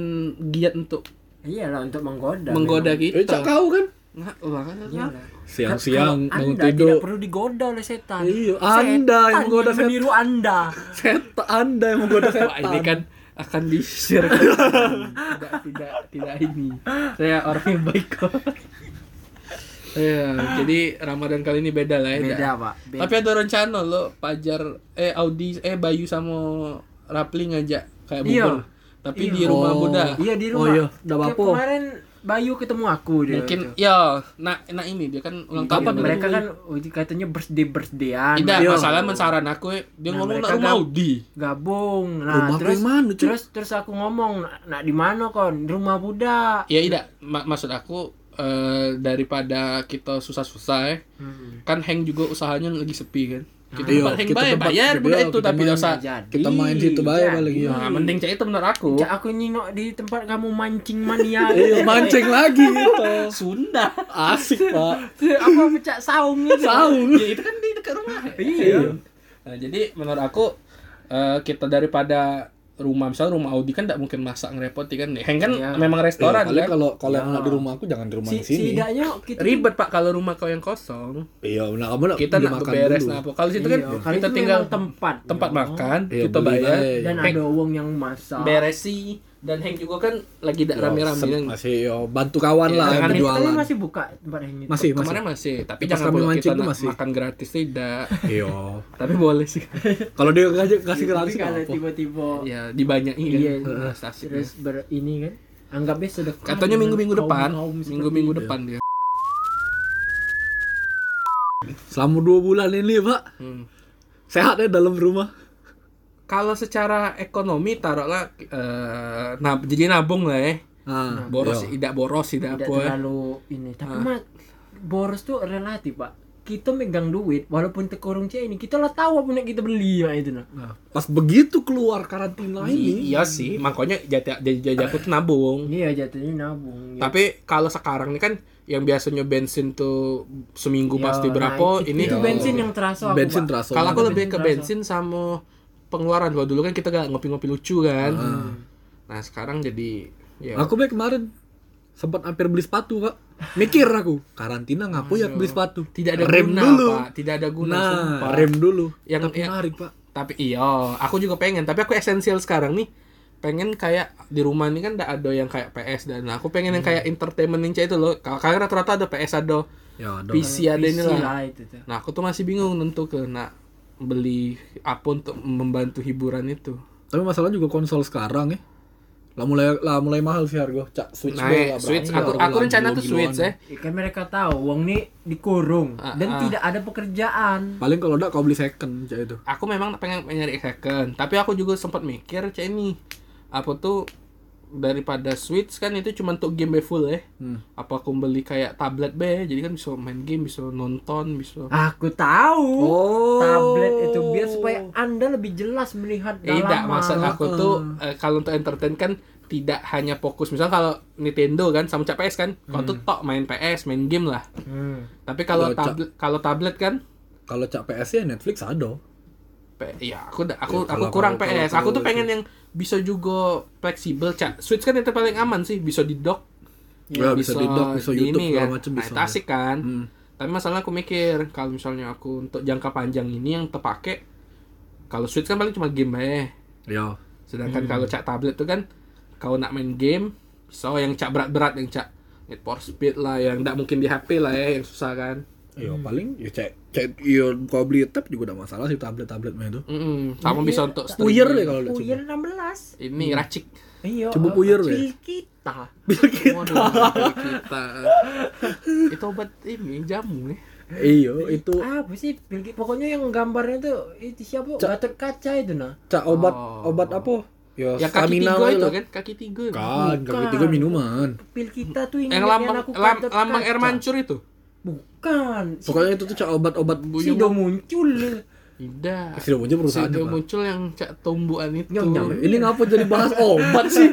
Speaker 1: giat untuk
Speaker 2: iyalah untuk menggoda
Speaker 1: menggoda
Speaker 3: eh
Speaker 1: kita.
Speaker 3: cak kau kan
Speaker 1: Nggak, lah, kan,
Speaker 2: memang. Iyalah.
Speaker 3: siang-siang
Speaker 2: Kalau
Speaker 3: bangun
Speaker 2: anda tidak
Speaker 3: tidur
Speaker 2: perlu digoda oleh setan
Speaker 3: Iya, Anda yang
Speaker 2: Setan
Speaker 3: menggoda setan.
Speaker 2: meniru anda
Speaker 3: setan anda yang menggoda
Speaker 1: *laughs* Wah,
Speaker 3: setan
Speaker 1: ini kan akan di share
Speaker 2: *laughs*
Speaker 1: tidak tidak tidak ini saya orangnya baik kok ya jadi Ramadan kali ini beda lah ya
Speaker 2: beda
Speaker 1: dah.
Speaker 2: pak beda.
Speaker 1: tapi ada rencana lo Pajar eh Audi eh Bayu sama Rapli ngajak kayak
Speaker 2: Iya.
Speaker 1: bubur tapi
Speaker 2: Iya.
Speaker 1: di rumah
Speaker 3: Oh.
Speaker 1: Buddha
Speaker 2: iya di
Speaker 3: Oh,
Speaker 2: rumah
Speaker 3: iya. Dah
Speaker 2: Kayak
Speaker 3: apa?
Speaker 2: kemarin Bayu ketemu aku dia
Speaker 1: mungkin
Speaker 2: itu.
Speaker 1: ya nah nah ini dia kan ulang
Speaker 2: Iya,
Speaker 1: tahun
Speaker 2: mereka kan oh, katanya birthday birthdayan
Speaker 1: tidak
Speaker 3: Iya.
Speaker 1: masalah mensaran aku eh, dia
Speaker 2: Nah,
Speaker 1: ngomong nak
Speaker 2: mereka
Speaker 1: rumah
Speaker 2: kan-
Speaker 1: Audi
Speaker 2: gabung nah
Speaker 3: rumah
Speaker 2: terus
Speaker 3: terus, mana cuy
Speaker 2: terus terus aku ngomong nak, nak di mana kon di rumah budak
Speaker 1: ya tidak Ma- maksud aku eh, daripada kita susah-susah ya
Speaker 2: Hmm.
Speaker 1: kan Heng juga usahanya lagi sepi kan kita
Speaker 3: Iya,
Speaker 1: tempat Heng
Speaker 3: kita
Speaker 1: bayar
Speaker 3: tempat-
Speaker 1: bayar
Speaker 3: iya,
Speaker 1: budak itu
Speaker 3: kita
Speaker 1: tapi
Speaker 3: main
Speaker 1: nggak usah
Speaker 2: jadi
Speaker 3: kita main situ bae
Speaker 2: jadi.
Speaker 3: paling, iya.
Speaker 1: nah mending cak itu menurut aku
Speaker 2: Cak, aku nyingok di tempat kamu mancing mania
Speaker 3: *laughs* Iya, mancing lagi gitu.
Speaker 1: Sunda
Speaker 3: Asik, Pak.
Speaker 2: *laughs* apa pecah saung itu
Speaker 3: Saung.
Speaker 1: *laughs* ya itu kan di dekat rumah iya nah, jadi menurut aku eh, kita daripada rumah misalnya rumah Audi kan tidak mungkin masak ngerepoti kan Heng kan
Speaker 2: Iya.
Speaker 1: memang restoran
Speaker 3: Iya, kalian
Speaker 1: kan
Speaker 3: kalau kalau yang nggak di rumah aku jangan di rumah
Speaker 2: si
Speaker 3: di sini.
Speaker 2: tidaknya kita
Speaker 1: ribet pak kalau rumah kau yang kosong
Speaker 3: Iya, nah kamu nak
Speaker 1: kita
Speaker 3: beli
Speaker 1: nak
Speaker 3: makan
Speaker 1: beres
Speaker 3: dulu.
Speaker 1: nah apa kalau situ
Speaker 2: Iya,
Speaker 1: kan
Speaker 2: kali
Speaker 1: kita
Speaker 2: itu
Speaker 1: tinggal
Speaker 2: memang tempat
Speaker 1: tempat
Speaker 2: Iya.
Speaker 1: makan
Speaker 3: Iya,
Speaker 1: kita
Speaker 3: beli
Speaker 1: bayar
Speaker 3: aja.
Speaker 2: dan
Speaker 1: Heng-
Speaker 2: ada uang yang masak
Speaker 1: beresi dan Heng juga kan lagi tidak
Speaker 3: Yo,
Speaker 1: rame-rame
Speaker 3: sem-
Speaker 1: kan.
Speaker 3: Iya, masih yo bantu
Speaker 1: Iya,
Speaker 3: kawan lah yang
Speaker 1: kami-
Speaker 3: berjualan.
Speaker 2: Tapi Nah, masih buka tempat yang itu.
Speaker 3: Masih, masih.
Speaker 1: kemarin masih tapi
Speaker 3: Pas
Speaker 1: jangan
Speaker 3: kami
Speaker 1: pula
Speaker 3: mancing
Speaker 1: kita
Speaker 3: tuh
Speaker 1: nak
Speaker 3: masih.
Speaker 1: makan gratis tidak
Speaker 3: Iya.
Speaker 1: tapi boleh
Speaker 3: *laughs*
Speaker 1: sih
Speaker 3: Kalau dia kasih kasih
Speaker 2: Tapi
Speaker 3: gratis
Speaker 2: kalau
Speaker 3: apa?
Speaker 2: tiba-tiba
Speaker 1: ya dibanyain *laughs*
Speaker 2: Iya,
Speaker 1: kan
Speaker 2: iya.
Speaker 1: prestasi.
Speaker 2: terus ber ini kan anggapnya sudah
Speaker 1: katanya minggu minggu depan minggu minggu depan dia
Speaker 3: Selama dua bulan ini pak
Speaker 1: Hmm.
Speaker 3: sehat ya dalam rumah.
Speaker 1: Kalau secara ekonomi taruhlah eh, nab- jadi nabung lah ya.
Speaker 3: Ah,
Speaker 1: Boros,
Speaker 3: iya.
Speaker 1: tidak boros, tidak
Speaker 2: tidak
Speaker 1: apa. ya.
Speaker 2: terlalu ini tapi mah boros tuh relatif pak kita megang duit walaupun tekorong cia ini kita lah tahu apa yang kita beli ya itu nah
Speaker 3: Nah, pas begitu keluar karantina ini,
Speaker 1: Iya sih, makanya jadi jadi aku tuh nabung.
Speaker 2: iya jatuhnya
Speaker 3: Iya.
Speaker 2: nabung ya.
Speaker 1: Tapi kalau sekarang nih kan yang biasanya bensin tuh seminggu
Speaker 2: Ya,
Speaker 1: pasti
Speaker 2: nah,
Speaker 1: berapa,
Speaker 2: itu-
Speaker 1: ini Oh.
Speaker 2: itu bensin yang terasa aku,
Speaker 3: Iya, bensin
Speaker 2: Pak.
Speaker 3: terasa.
Speaker 1: Kalau aku
Speaker 2: Bensin
Speaker 1: lebih ke
Speaker 2: terasa.
Speaker 1: bensin sama pengeluaran. Kalau dulu kan kita gak ngopi-ngopi lucu kan. Nah, sekarang jadi ya
Speaker 3: Ah. Aku baik kemarin sempat hampir beli sepatu pak. Mikir aku karantina ngapu ya beli sepatu.
Speaker 1: tidak ada
Speaker 3: rem
Speaker 1: guna,
Speaker 3: dulu.
Speaker 1: Pak. Tidak ada guna
Speaker 3: Nah,
Speaker 1: sumpah.
Speaker 3: rem dulu.
Speaker 1: Yang-
Speaker 3: Tapi
Speaker 1: ya-
Speaker 3: menarik pak.
Speaker 1: Tapi iya, aku juga pengen, tapi aku esensial sekarang nih. Pengen kayak di rumah ini kan gak ada yang kayak PS dan nah, aku pengen
Speaker 3: Hmm.
Speaker 1: yang kayak entertainment yang kayak itu loh. Karena rata-rata ada PS ada
Speaker 3: Ya, ada.
Speaker 1: PC ada ini
Speaker 2: PC
Speaker 1: lah.
Speaker 2: lah itu tuh
Speaker 1: Nah, aku tuh masih bingung tentu ke nak beli apa untuk membantu hiburan itu.
Speaker 3: Tapi masalah juga konsol sekarang ya. Lah mulai lah mulai mahal sih harga. Cak Switch
Speaker 1: Nah,
Speaker 3: doang lah, Iya, berapa?
Speaker 1: Switch aku
Speaker 3: Berapa
Speaker 1: aku
Speaker 3: lah,
Speaker 1: rencana tuh
Speaker 3: gila-gilaan.
Speaker 1: Switch ya.
Speaker 2: Ya, kan mereka tahu uang ini dikurung
Speaker 1: Ah,
Speaker 2: dan
Speaker 1: ah.
Speaker 2: tidak ada pekerjaan
Speaker 1: ya.
Speaker 3: Paling kalau enggak kau beli second cak itu.
Speaker 1: Aku memang pengen nyari second, tapi aku juga sempat mikir cek ini apa tuh daripada Switch kan itu cuma untuk game be full ya.
Speaker 3: Hmm.
Speaker 1: Apa aku beli kayak tablet be, jadi kan bisa main game, bisa nonton, bisa
Speaker 2: aku tahu
Speaker 3: Oh.
Speaker 2: tablet itu biar supaya anda lebih jelas melihat
Speaker 1: Eh, Tidak,
Speaker 2: dalaman.
Speaker 1: maksud aku tuh eh, kalau untuk entertain kan tidak hanya fokus misal kalau Nintendo kan sama cak PS kan, kau tuh tok main PS, main game lah.
Speaker 2: Hmm.
Speaker 1: Tapi kalau
Speaker 3: Kalau Cak-
Speaker 1: tablet kalau tablet kan
Speaker 3: Kalau cak PS ya Netflix ada.
Speaker 1: P- ya aku da- aku
Speaker 3: Ya,
Speaker 1: aku
Speaker 3: kalau-
Speaker 1: kurang
Speaker 3: kalau-
Speaker 1: PS.
Speaker 3: kalau-
Speaker 1: aku tuh
Speaker 3: kalau-
Speaker 1: pengen yang bisa juga fleksibel, Cak. Switch kan yang paling aman sih, bisa di dock,
Speaker 3: Ya, bisa di dock, bisa
Speaker 1: di
Speaker 3: YouTube
Speaker 1: ini
Speaker 3: segala
Speaker 1: kan.
Speaker 3: macam
Speaker 1: Nah,
Speaker 3: bisa.
Speaker 1: itu asik kan.
Speaker 3: Hmm.
Speaker 1: Tapi masalahnya aku mikir kalau misalnya aku untuk jangka panjang ini yang terpakai kalau Switch kan paling cuma game aja.
Speaker 3: Ya.
Speaker 1: Sedangkan kalau Cak tablet tuh kan kalau nak main game, so yang Cak berat-berat yang Cak Need for Speed lah yang tidak mungkin di HP lah ya yang susah kan.
Speaker 3: Ya paling ya cek cek ya kalau beli tab juga enggak masalah sih tablet-tablet mah itu.
Speaker 1: Mm-mm, sama bisa untuk streaming.
Speaker 3: Puyer Hmm. Iya. deh kalau Hmm. udah coba. *laughs*
Speaker 2: Puyer 16
Speaker 1: Ini racik.
Speaker 2: Iya,
Speaker 3: Coba
Speaker 2: eh,
Speaker 3: puyer,
Speaker 2: kecil
Speaker 3: weh.
Speaker 2: kita.
Speaker 1: Waduh, kita. *laughs* Itu obat ini jamu ya.
Speaker 3: Iya, itu
Speaker 2: Apa sih? Pilki- Pokoknya yang gambarnya tuh itu siapa?
Speaker 3: Cak-
Speaker 2: Gatot kaca itu nah.
Speaker 3: cak obat
Speaker 1: Oh.
Speaker 3: obat apa? Ya,
Speaker 1: Ya kaki
Speaker 3: stamina
Speaker 1: tiga
Speaker 3: lah.
Speaker 1: itu kan, kaki tiga. itu.
Speaker 3: Kan, kaki
Speaker 2: Bukan.
Speaker 3: tiga minuman.
Speaker 2: Pil kita tuh ingat
Speaker 1: Yang lambang lam-
Speaker 2: Gatot
Speaker 1: lambang
Speaker 2: Kaca.
Speaker 1: air mancur itu.
Speaker 2: Bukan. Si-
Speaker 3: Pokoknya itu tuh cak obat-obat buyung.
Speaker 2: si do muncul.
Speaker 1: Iya. Tidak.
Speaker 3: Sudah muncul perusahaan.
Speaker 1: Sudah muncul yang cak tumbuhan itu.
Speaker 2: Nyam, nyam.
Speaker 3: Ini ngapa jadi bahas obat
Speaker 2: *laughs*
Speaker 3: sih?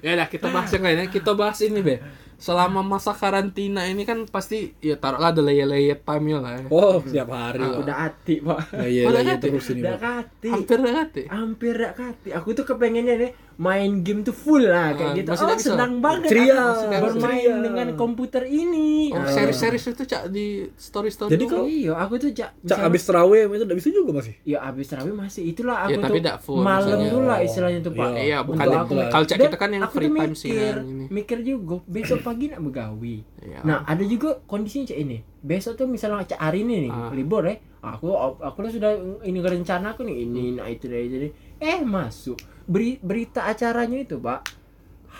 Speaker 1: Ya udah kita bahas yang lainnya. Kita bahas ini be. Selama masa karantina ini kan pasti ya taruhlah ada layer-layer time lah. Ya.
Speaker 3: Oh, setiap hari. Pak.
Speaker 2: Udah hati, Pak.
Speaker 3: Nah, iya,
Speaker 1: Udah
Speaker 3: iya,
Speaker 1: kan?
Speaker 3: terus ini,
Speaker 2: Udah
Speaker 3: Pak.
Speaker 2: hati.
Speaker 1: Hampir banget ya.
Speaker 2: Hampir gak kati. Aku tuh kepengennya nih main game tuh full
Speaker 1: Ah,
Speaker 2: lah kayak gitu.
Speaker 1: masih
Speaker 2: Oh,
Speaker 1: gak bisa?
Speaker 2: senang banget
Speaker 3: Ceria,
Speaker 2: aku
Speaker 3: masih
Speaker 1: gak bisa.
Speaker 2: bermain
Speaker 3: Ceria.
Speaker 2: dengan komputer ini.
Speaker 1: Oh,
Speaker 2: Ah.
Speaker 1: series-series itu cak di story-story.
Speaker 3: Jadi
Speaker 1: tuh.
Speaker 3: kau-
Speaker 2: Iya, aku tuh cak
Speaker 3: Cak abis terawih itu udah bisa juga masih.
Speaker 2: Ya abis terawih masih itulah
Speaker 1: Ya,
Speaker 2: aku
Speaker 1: tapi
Speaker 2: tuh
Speaker 1: nggak full
Speaker 2: malam
Speaker 1: misalnya.
Speaker 2: tuh
Speaker 3: Oh,
Speaker 2: lah istilahnya tuh pak.
Speaker 1: Iya, bukan
Speaker 2: Untuk
Speaker 1: yang-
Speaker 2: aku
Speaker 1: kalau cak
Speaker 2: Dan
Speaker 1: kita kan yang
Speaker 2: aku
Speaker 1: free
Speaker 2: tuh
Speaker 1: time sih
Speaker 2: mikir,
Speaker 1: ini.
Speaker 2: mikir juga besok pagi nak begawi.
Speaker 1: Iya.
Speaker 2: Nah ada juga kondisinya cak ini. Besok tuh misalnya cak hari ini nih
Speaker 1: Ah.
Speaker 2: libur ya. Aku aku tuh sudah ini rencana aku nih
Speaker 1: Hmm.
Speaker 2: ini nah itu dari jadi eh masuk Beri- berita acaranya itu pak.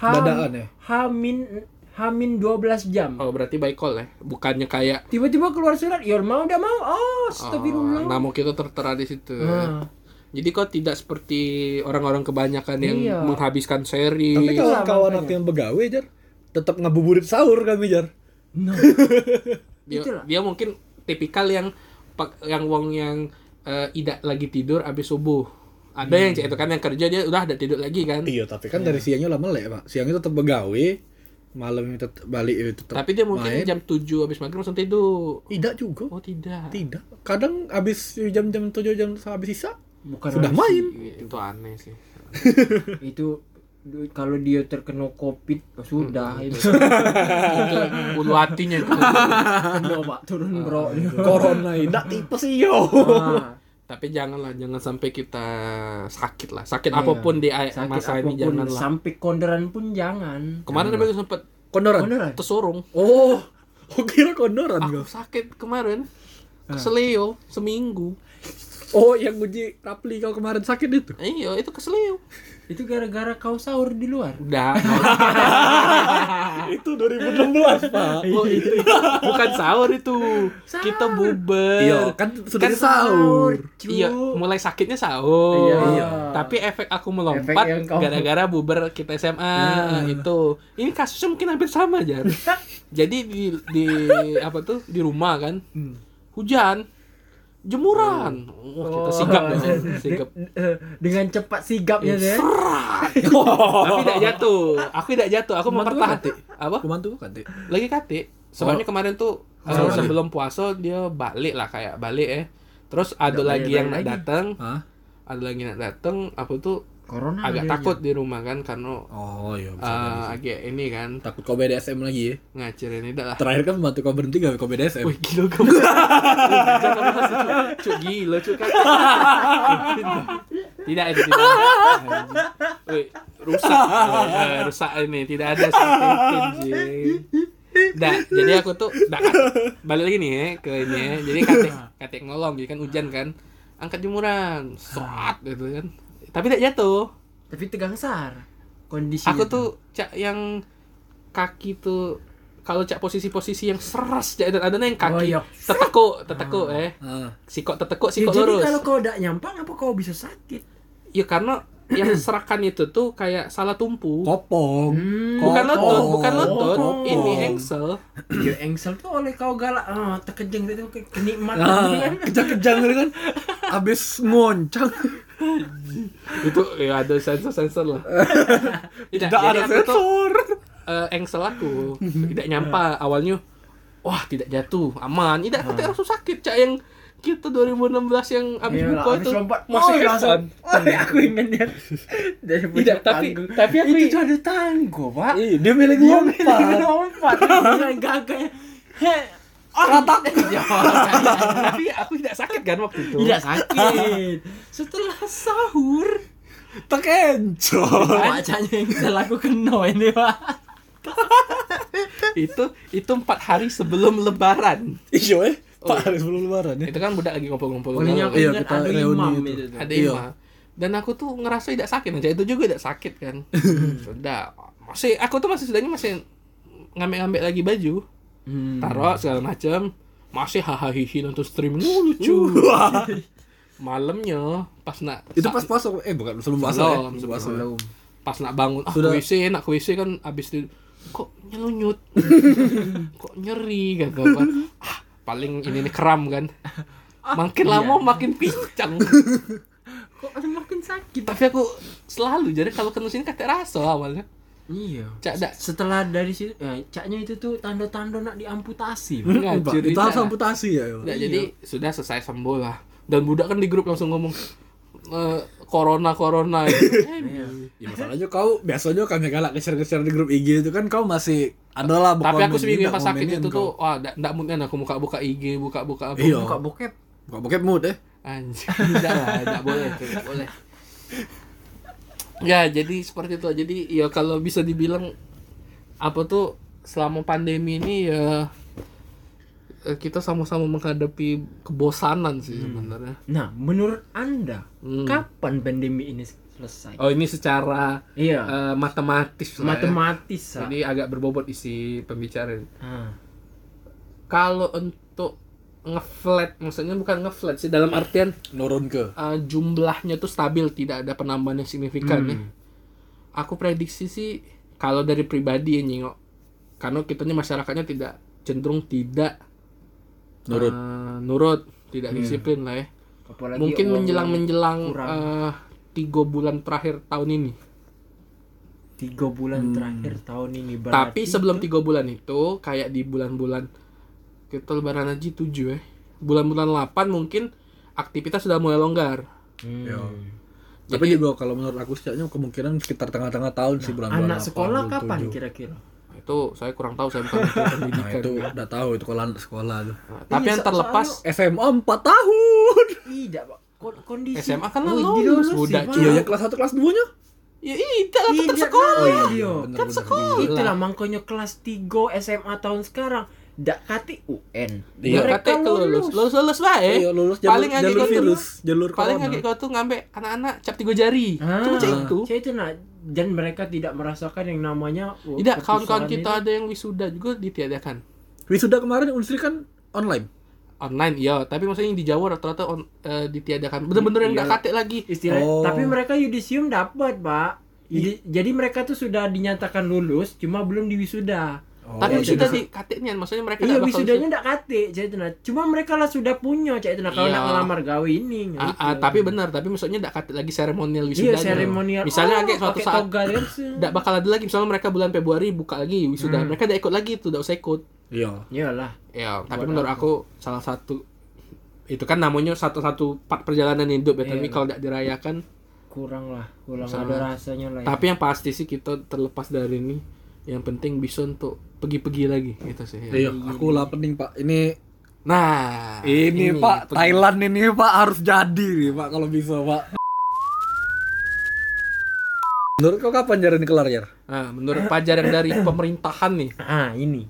Speaker 2: Ham,
Speaker 3: Dadaan ya?
Speaker 2: Hamin Hamin 12 jam.
Speaker 1: Oh, berarti by call ya. Bukannya kayak
Speaker 2: Tiba-tiba keluar surat, ya mau udah mau. Oh,
Speaker 1: Oh,
Speaker 2: astagfirullah.
Speaker 1: nama kita tertera di situ.
Speaker 2: Ah.
Speaker 1: Jadi kok tidak seperti orang-orang kebanyakan yang
Speaker 2: Iya.
Speaker 1: menghabiskan seri.
Speaker 3: Tapi
Speaker 2: kalau-
Speaker 3: kawan-kawan
Speaker 2: Iya, makanya.
Speaker 3: aku yang begawe jar tetap ngabuburit sahur kami jar.
Speaker 2: No.
Speaker 1: dia,
Speaker 2: Itulah.
Speaker 1: dia mungkin tipikal yang pak- yang wong yang eh, tidak lagi tidur abis subuh. Ada yang
Speaker 2: Hmm.
Speaker 1: cek itu kan yang kerja dia udah ada tidur lagi kan.
Speaker 3: Iya, tapi kan dari siangnya lama melek, Pak. Siangnya tetap begawe, malamnya tetap balik itu tetap.
Speaker 1: Tapi dia mungkin
Speaker 3: main.
Speaker 1: jam 7 abis maghrib langsung tidur.
Speaker 3: tidak juga.
Speaker 1: Oh tidak.
Speaker 3: Tidak. Kadang abis jam-jam 7 jam habis sisa *laughs*
Speaker 2: Bukan
Speaker 3: sudah
Speaker 2: harus-
Speaker 3: main.
Speaker 1: Itu aneh sih.
Speaker 2: itu du- kalau dia terkena covid oh, sudah
Speaker 1: Hmm.
Speaker 2: itu *laughs*
Speaker 1: itu bulu hatinya itu.
Speaker 2: Udah, pak
Speaker 1: Ah.
Speaker 2: turun bro
Speaker 3: Corona tidak tipes iya. yo. *laughs*
Speaker 2: Ah,
Speaker 1: Tapi janganlah, jangan sampai kita sakit lah. Sakit
Speaker 2: Iya.
Speaker 1: apapun di a-
Speaker 2: sakit
Speaker 1: masa ini
Speaker 2: apapun
Speaker 1: janganlah.
Speaker 2: sampai konderan pun jangan
Speaker 1: Kemarin aku sempat
Speaker 3: Kondoran.
Speaker 2: konderan
Speaker 1: tersorong.
Speaker 3: Oh, aku kira kondoran
Speaker 2: Ah.
Speaker 1: Aku
Speaker 3: gua.
Speaker 1: sakit kemarin. Eh. Keseleo seminggu.
Speaker 3: Oh, yang uji Rapli kau kemarin sakit itu.
Speaker 1: Iya, itu keseleo.
Speaker 2: Itu gara-gara kau sahur di luar.
Speaker 1: Udah. *laughs*
Speaker 3: itu 2016 pak
Speaker 1: Oh, itu, itu. bukan sahur itu.
Speaker 2: Sahur.
Speaker 1: Kita buber.
Speaker 3: iya kan sudah
Speaker 1: Kan
Speaker 3: sahur
Speaker 2: cu.
Speaker 1: Iya, mulai sakitnya sahur.
Speaker 2: Iya.
Speaker 3: Iya.
Speaker 1: Tapi efek aku
Speaker 2: Efek yang
Speaker 1: melompat
Speaker 2: kau-
Speaker 1: gara-gara buber kita SMA itu. gitu. Ini kasusnya mungkin hampir sama, *laughs* Jar. Jadi di di apa tuh? Di rumah kan. Hujan. Jemuran. Wah, kita sigap
Speaker 2: Oh,
Speaker 1: ya.
Speaker 2: *laughs* de-
Speaker 1: Sigap. Iya.
Speaker 2: eh, dengan cepat sigapnya ya.
Speaker 1: Tapi
Speaker 2: Oh.
Speaker 1: tidak jatuh. Aku tidak jatuh. Aku
Speaker 3: Mantu
Speaker 1: mempertahan.
Speaker 3: kate.
Speaker 1: Apa?
Speaker 3: kuman tuh kan Dik?
Speaker 1: lagi kate soalnya kemarin tuh
Speaker 3: Oh,
Speaker 1: eh,
Speaker 3: balik.
Speaker 1: sebelum puasa dia balik lah kayak balik eh terus ada
Speaker 2: Nggak
Speaker 1: lagi
Speaker 2: balik-balik
Speaker 1: yang nak
Speaker 2: lagi.
Speaker 1: datang
Speaker 3: Hah?
Speaker 1: ada lagi yang nak datang aku tuh
Speaker 2: Corona
Speaker 1: agak
Speaker 2: adanya.
Speaker 1: takut di rumah kan karena
Speaker 3: oh iya bisa
Speaker 1: eh,
Speaker 3: jadi sih.
Speaker 1: agak ini kan
Speaker 3: takut kau BDSM lagi ya
Speaker 1: ngacir ini dah lah
Speaker 3: terakhir kan membantu kau berhenti gak kau BDSM
Speaker 1: Wih gila *laughs* kamu Wih, jangan kamu masih cu- cuk gila cuk kan Tidak itu tidak Wih rusak Wih, eh, Rusak ini tidak ada something anjing. Nah, jadi aku tuh nah, balik lagi nih ya ke ini ya. Jadi katek katek ngolong jadi kan hujan kan. Angkat jemuran, soat gitu kan. Tapi tidak jatuh.
Speaker 2: Tapi tegang sar. Kondisi
Speaker 1: Aku tuh cak yang kaki tuh kalau cak posisi-posisi yang seras cak dan ada yang
Speaker 2: Oh,
Speaker 1: kaki
Speaker 2: iya.
Speaker 1: tetekuk tetekuk eh
Speaker 3: ah.
Speaker 1: sikok tetekuk
Speaker 2: Ya,
Speaker 1: sikok
Speaker 2: jadi
Speaker 1: lurus
Speaker 2: kalau kau tidak nyampang apa kau bisa sakit?
Speaker 1: ya karena yang serakan itu tuh kayak salah tumpu
Speaker 3: kopong
Speaker 2: Hmm.
Speaker 1: bukan
Speaker 3: Kopong.
Speaker 1: lutut bukan lutut
Speaker 2: Kopong.
Speaker 1: ini engsel
Speaker 2: Ya engsel tuh oleh kau galak ah terkejeng itu ke- kenikmatan
Speaker 3: ah, kejang-kejang gitu kan abis ngoncang
Speaker 1: itu ya ada sensor sensor lah tidak
Speaker 3: tidak ada sensor
Speaker 1: eh, engsel aku tidak nyampa awalnya wah tidak jatuh aman tidak aku tidak langsung sakit cak yang kita 2016 yang abis
Speaker 2: Iya,
Speaker 1: buka
Speaker 2: abis
Speaker 1: itu
Speaker 2: lompat,
Speaker 1: masih
Speaker 2: oh,
Speaker 1: hebat
Speaker 2: langsung. *laughs* Oh, ya, aku ingat dia. *laughs* Dari
Speaker 1: tidak tapi tapi aku Iya.
Speaker 2: itu ada tangguh, Pak.
Speaker 3: Ih, dia milik
Speaker 2: Dia
Speaker 3: lompat
Speaker 2: lompat. Dia gagahnya. Heh.
Speaker 3: ratak
Speaker 1: Ya, tapi aku tidak sakit kan waktu itu
Speaker 2: Tidak sakit. Setelah sahur,
Speaker 3: tekencot
Speaker 2: bacanya yang salah aku kena ini, Pak.
Speaker 1: Nah, itu itu empat hari sebelum lebaran
Speaker 3: iya eh
Speaker 1: Oh,
Speaker 3: pak hari sebelum lebaran ya
Speaker 1: itu kan budak lagi ngumpul-ngumpul
Speaker 2: Pokoknya aku
Speaker 3: Iya,
Speaker 2: ingat
Speaker 3: kita
Speaker 2: ada
Speaker 3: reuni
Speaker 2: imam
Speaker 3: itu.
Speaker 2: itu. tuh.
Speaker 1: ada
Speaker 3: Iya.
Speaker 1: Ima dan aku tuh ngerasa tidak sakit aja itu juga tidak sakit kan sudah masih aku tuh masih sudahnya masih ngambek-ngambek lagi baju
Speaker 2: Hmm.
Speaker 1: taruh segala macam masih hahaha nonton stream lu lucu malamnya pas nak
Speaker 3: itu
Speaker 1: sa-
Speaker 3: pas puasa eh bukan sebelum puasa ya
Speaker 1: Belum,
Speaker 3: sebelum puasa
Speaker 2: Belum.
Speaker 1: pas nak bangun ah
Speaker 3: Sudah.
Speaker 1: ke WC nak ke WC kan abis itu kok *laughs* nyelunyut kok nyeri gak apa ah paling ini nih kram kan makin lama makin pincang
Speaker 2: Kok makin sakit?
Speaker 1: *laughs* tapi aku selalu jadi kalau kena sini kata rasa awalnya
Speaker 2: Iya.
Speaker 1: cak dak
Speaker 2: Setelah dari situ, eh, caknya itu tuh tanda-tanda nak diamputasi. Pak.
Speaker 3: *laughs*
Speaker 1: Ngacir
Speaker 3: Pak, itu
Speaker 1: kita.
Speaker 3: harus amputasi ya Pak.
Speaker 1: Dak, jadi sudah selesai sembuh lah dan budak kan di grup langsung ngomong "Eh, corona *laughs* corona gitu. Eh,
Speaker 3: Ya masalahnya kau biasanya kami galak ngeser-ngeser di grup IG itu kan kau masih adalah
Speaker 1: tapi aku
Speaker 3: komen
Speaker 1: seminggu
Speaker 3: ini,
Speaker 1: pas
Speaker 3: komen ini,
Speaker 1: sakit itu
Speaker 3: kau.
Speaker 1: tuh wah ndak ndak moodnya kan, aku buka buka IG buka buka apa
Speaker 3: Iya.
Speaker 2: Buka bokep.
Speaker 3: Buka bokep mood eh.
Speaker 1: *laughs* Anjir, tidak lah, tidak boleh, tuh, tidak boleh. Ya, jadi seperti itu. Jadi ya kalau bisa dibilang apa tuh selama pandemi ini ya eh, kita sama-sama menghadapi kebosanan sih sebenarnya.
Speaker 2: Nah, menurut Anda,
Speaker 1: Hmm.
Speaker 2: kapan pandemi ini selesai?
Speaker 1: Oh, ini secara
Speaker 2: iya,
Speaker 1: eh, matematis lah ya.
Speaker 2: matematis. Sa.
Speaker 1: Jadi agak berbobot isi pembicaraan.
Speaker 2: Ah.
Speaker 1: Kalau untuk ngeflat, maksudnya bukan ngeflat sih dalam artian
Speaker 3: Nurun ke.
Speaker 1: eh, jumlahnya tuh stabil, tidak ada penambahan yang signifikan
Speaker 3: Hmm.
Speaker 1: ya. aku prediksi sih kalau dari pribadi ya nyingok karena kitanya masyarakatnya tidak cenderung tidak
Speaker 3: Nurut. Iya.
Speaker 1: eh, nurut tidak disiplin lah ya
Speaker 2: Apalagi
Speaker 1: mungkin
Speaker 2: orang
Speaker 1: menjelang menjelang
Speaker 2: kurang.
Speaker 1: eh, tiga bulan terakhir tahun ini
Speaker 2: tiga bulan terakhir tahun ini berarti
Speaker 1: tapi sebelum tiga bulan itu kayak di bulan-bulan kita lebaran haji tujuh ya bulan-bulan 8 mungkin aktivitas sudah mulai longgar
Speaker 2: Hmm.
Speaker 3: Iya. Tapi juga kalau menurut aku setidaknya kemungkinan sekitar tengah-tengah tahun sih bulan
Speaker 2: Nah, anak sekolah kapan kira-kira?
Speaker 1: Nah, itu saya kurang tahu saya
Speaker 3: *laughs*
Speaker 1: bukan menteri
Speaker 3: Nah,
Speaker 1: pendidikan
Speaker 3: itu udah tahu itu kalau anak sekolah tuh.
Speaker 1: Nah, tapi
Speaker 2: Iya,
Speaker 1: yang
Speaker 2: so-
Speaker 1: terlepas
Speaker 3: SMA 4 tahun.
Speaker 2: Tidak, Pak. Kon- Kondisi
Speaker 1: SMA kan
Speaker 2: Oh,
Speaker 1: lulus,
Speaker 2: dilulusin,
Speaker 1: budak
Speaker 2: Pak.
Speaker 3: Iya, yang kelas 1 kelas 2-nya.
Speaker 1: ya tidak lah
Speaker 2: Iya,
Speaker 1: tetap
Speaker 2: Tidak,
Speaker 1: sekolah Oh,
Speaker 2: iya.
Speaker 1: kan sekolah
Speaker 2: Itulah mangkonya kelas 3 SMA tahun sekarang dak kati UN
Speaker 3: Iya.
Speaker 2: mereka
Speaker 1: Kata kau lulus. Lulus lulus bae.
Speaker 3: Iya, lulus
Speaker 1: Eh, Paling
Speaker 3: jalur,
Speaker 1: adik
Speaker 3: jalur
Speaker 1: kau tuh-
Speaker 3: virus, jalur
Speaker 1: Paling gitu.
Speaker 3: corona.
Speaker 1: agak kau tuh ngambil anak-anak cap tiga jari.
Speaker 2: Ah.
Speaker 1: Cuma cek itu.
Speaker 2: Saya itu nah dan mereka tidak merasakan yang namanya oh,
Speaker 1: Tidak, kawan-kawan
Speaker 2: perpisahan
Speaker 1: kita
Speaker 2: itu.
Speaker 1: ada yang wisuda juga ditiadakan.
Speaker 3: Wisuda kemarin Unsri kan online.
Speaker 1: Online, iya. Tapi maksudnya yang di Jawa rata-rata on- eh, ditiadakan. Bener-bener yang
Speaker 2: Iya.
Speaker 1: nggak kate lagi.
Speaker 2: istilah
Speaker 3: Oh.
Speaker 2: tapi mereka yudisium dapat pak
Speaker 1: Iya.
Speaker 2: Yudi- jadi mereka tuh sudah dinyatakan lulus cuma belum diwisuda
Speaker 1: Tapi
Speaker 3: Oh,
Speaker 2: iya,
Speaker 1: wisuda
Speaker 2: iya.
Speaker 1: di kate nian. Maksudnya mereka nggak
Speaker 2: iya
Speaker 1: bakal
Speaker 2: wisudanya ndak kate cek itu nah cuma mereka lah sudah punya cek itu nah kalau
Speaker 1: Iya.
Speaker 2: nak ngelamar gawe ini
Speaker 1: Ah, ah, tapi benar, tapi maksudnya nggak kate lagi seremonial
Speaker 2: iya
Speaker 1: wisudanya.
Speaker 2: seremonial
Speaker 1: Misalnya
Speaker 2: Oh,
Speaker 1: agak suatu
Speaker 2: pakai
Speaker 1: saat
Speaker 2: toga dancer.
Speaker 1: nggak bakal ada lagi. Misalnya mereka bulan Februari buka lagi wisuda,
Speaker 2: Hmm.
Speaker 1: mereka nggak ikut lagi tuh, nggak usah ikut.
Speaker 3: Iya.
Speaker 2: iyalah
Speaker 1: Ya, tapi
Speaker 2: Buat
Speaker 1: menurut
Speaker 2: apa?
Speaker 1: aku salah satu itu kan namanya satu-satu part perjalanan hidup ya,
Speaker 2: Iya,
Speaker 1: tapi
Speaker 2: iya.
Speaker 1: kalau nggak dirayakan.
Speaker 2: kurang lah kurang
Speaker 1: Sama.
Speaker 2: ada rasanya lah ya.
Speaker 1: Tapi yang pasti sih kita terlepas dari ini, yang penting bisa untuk pergi-pergi lagi gitu sih. ya.
Speaker 3: Iya, aku lah pening, Pak. Ini
Speaker 1: Nah,
Speaker 3: ini, Pak,
Speaker 1: pergi-
Speaker 3: Thailand ini Pak harus jadi nih, Pak, kalau bisa, Pak. Menurut kau kapan jalan ini kelar, Jar?
Speaker 1: Nah, menurut pajar yang
Speaker 2: *laughs*
Speaker 1: dari pemerintahan nih,
Speaker 2: ah ini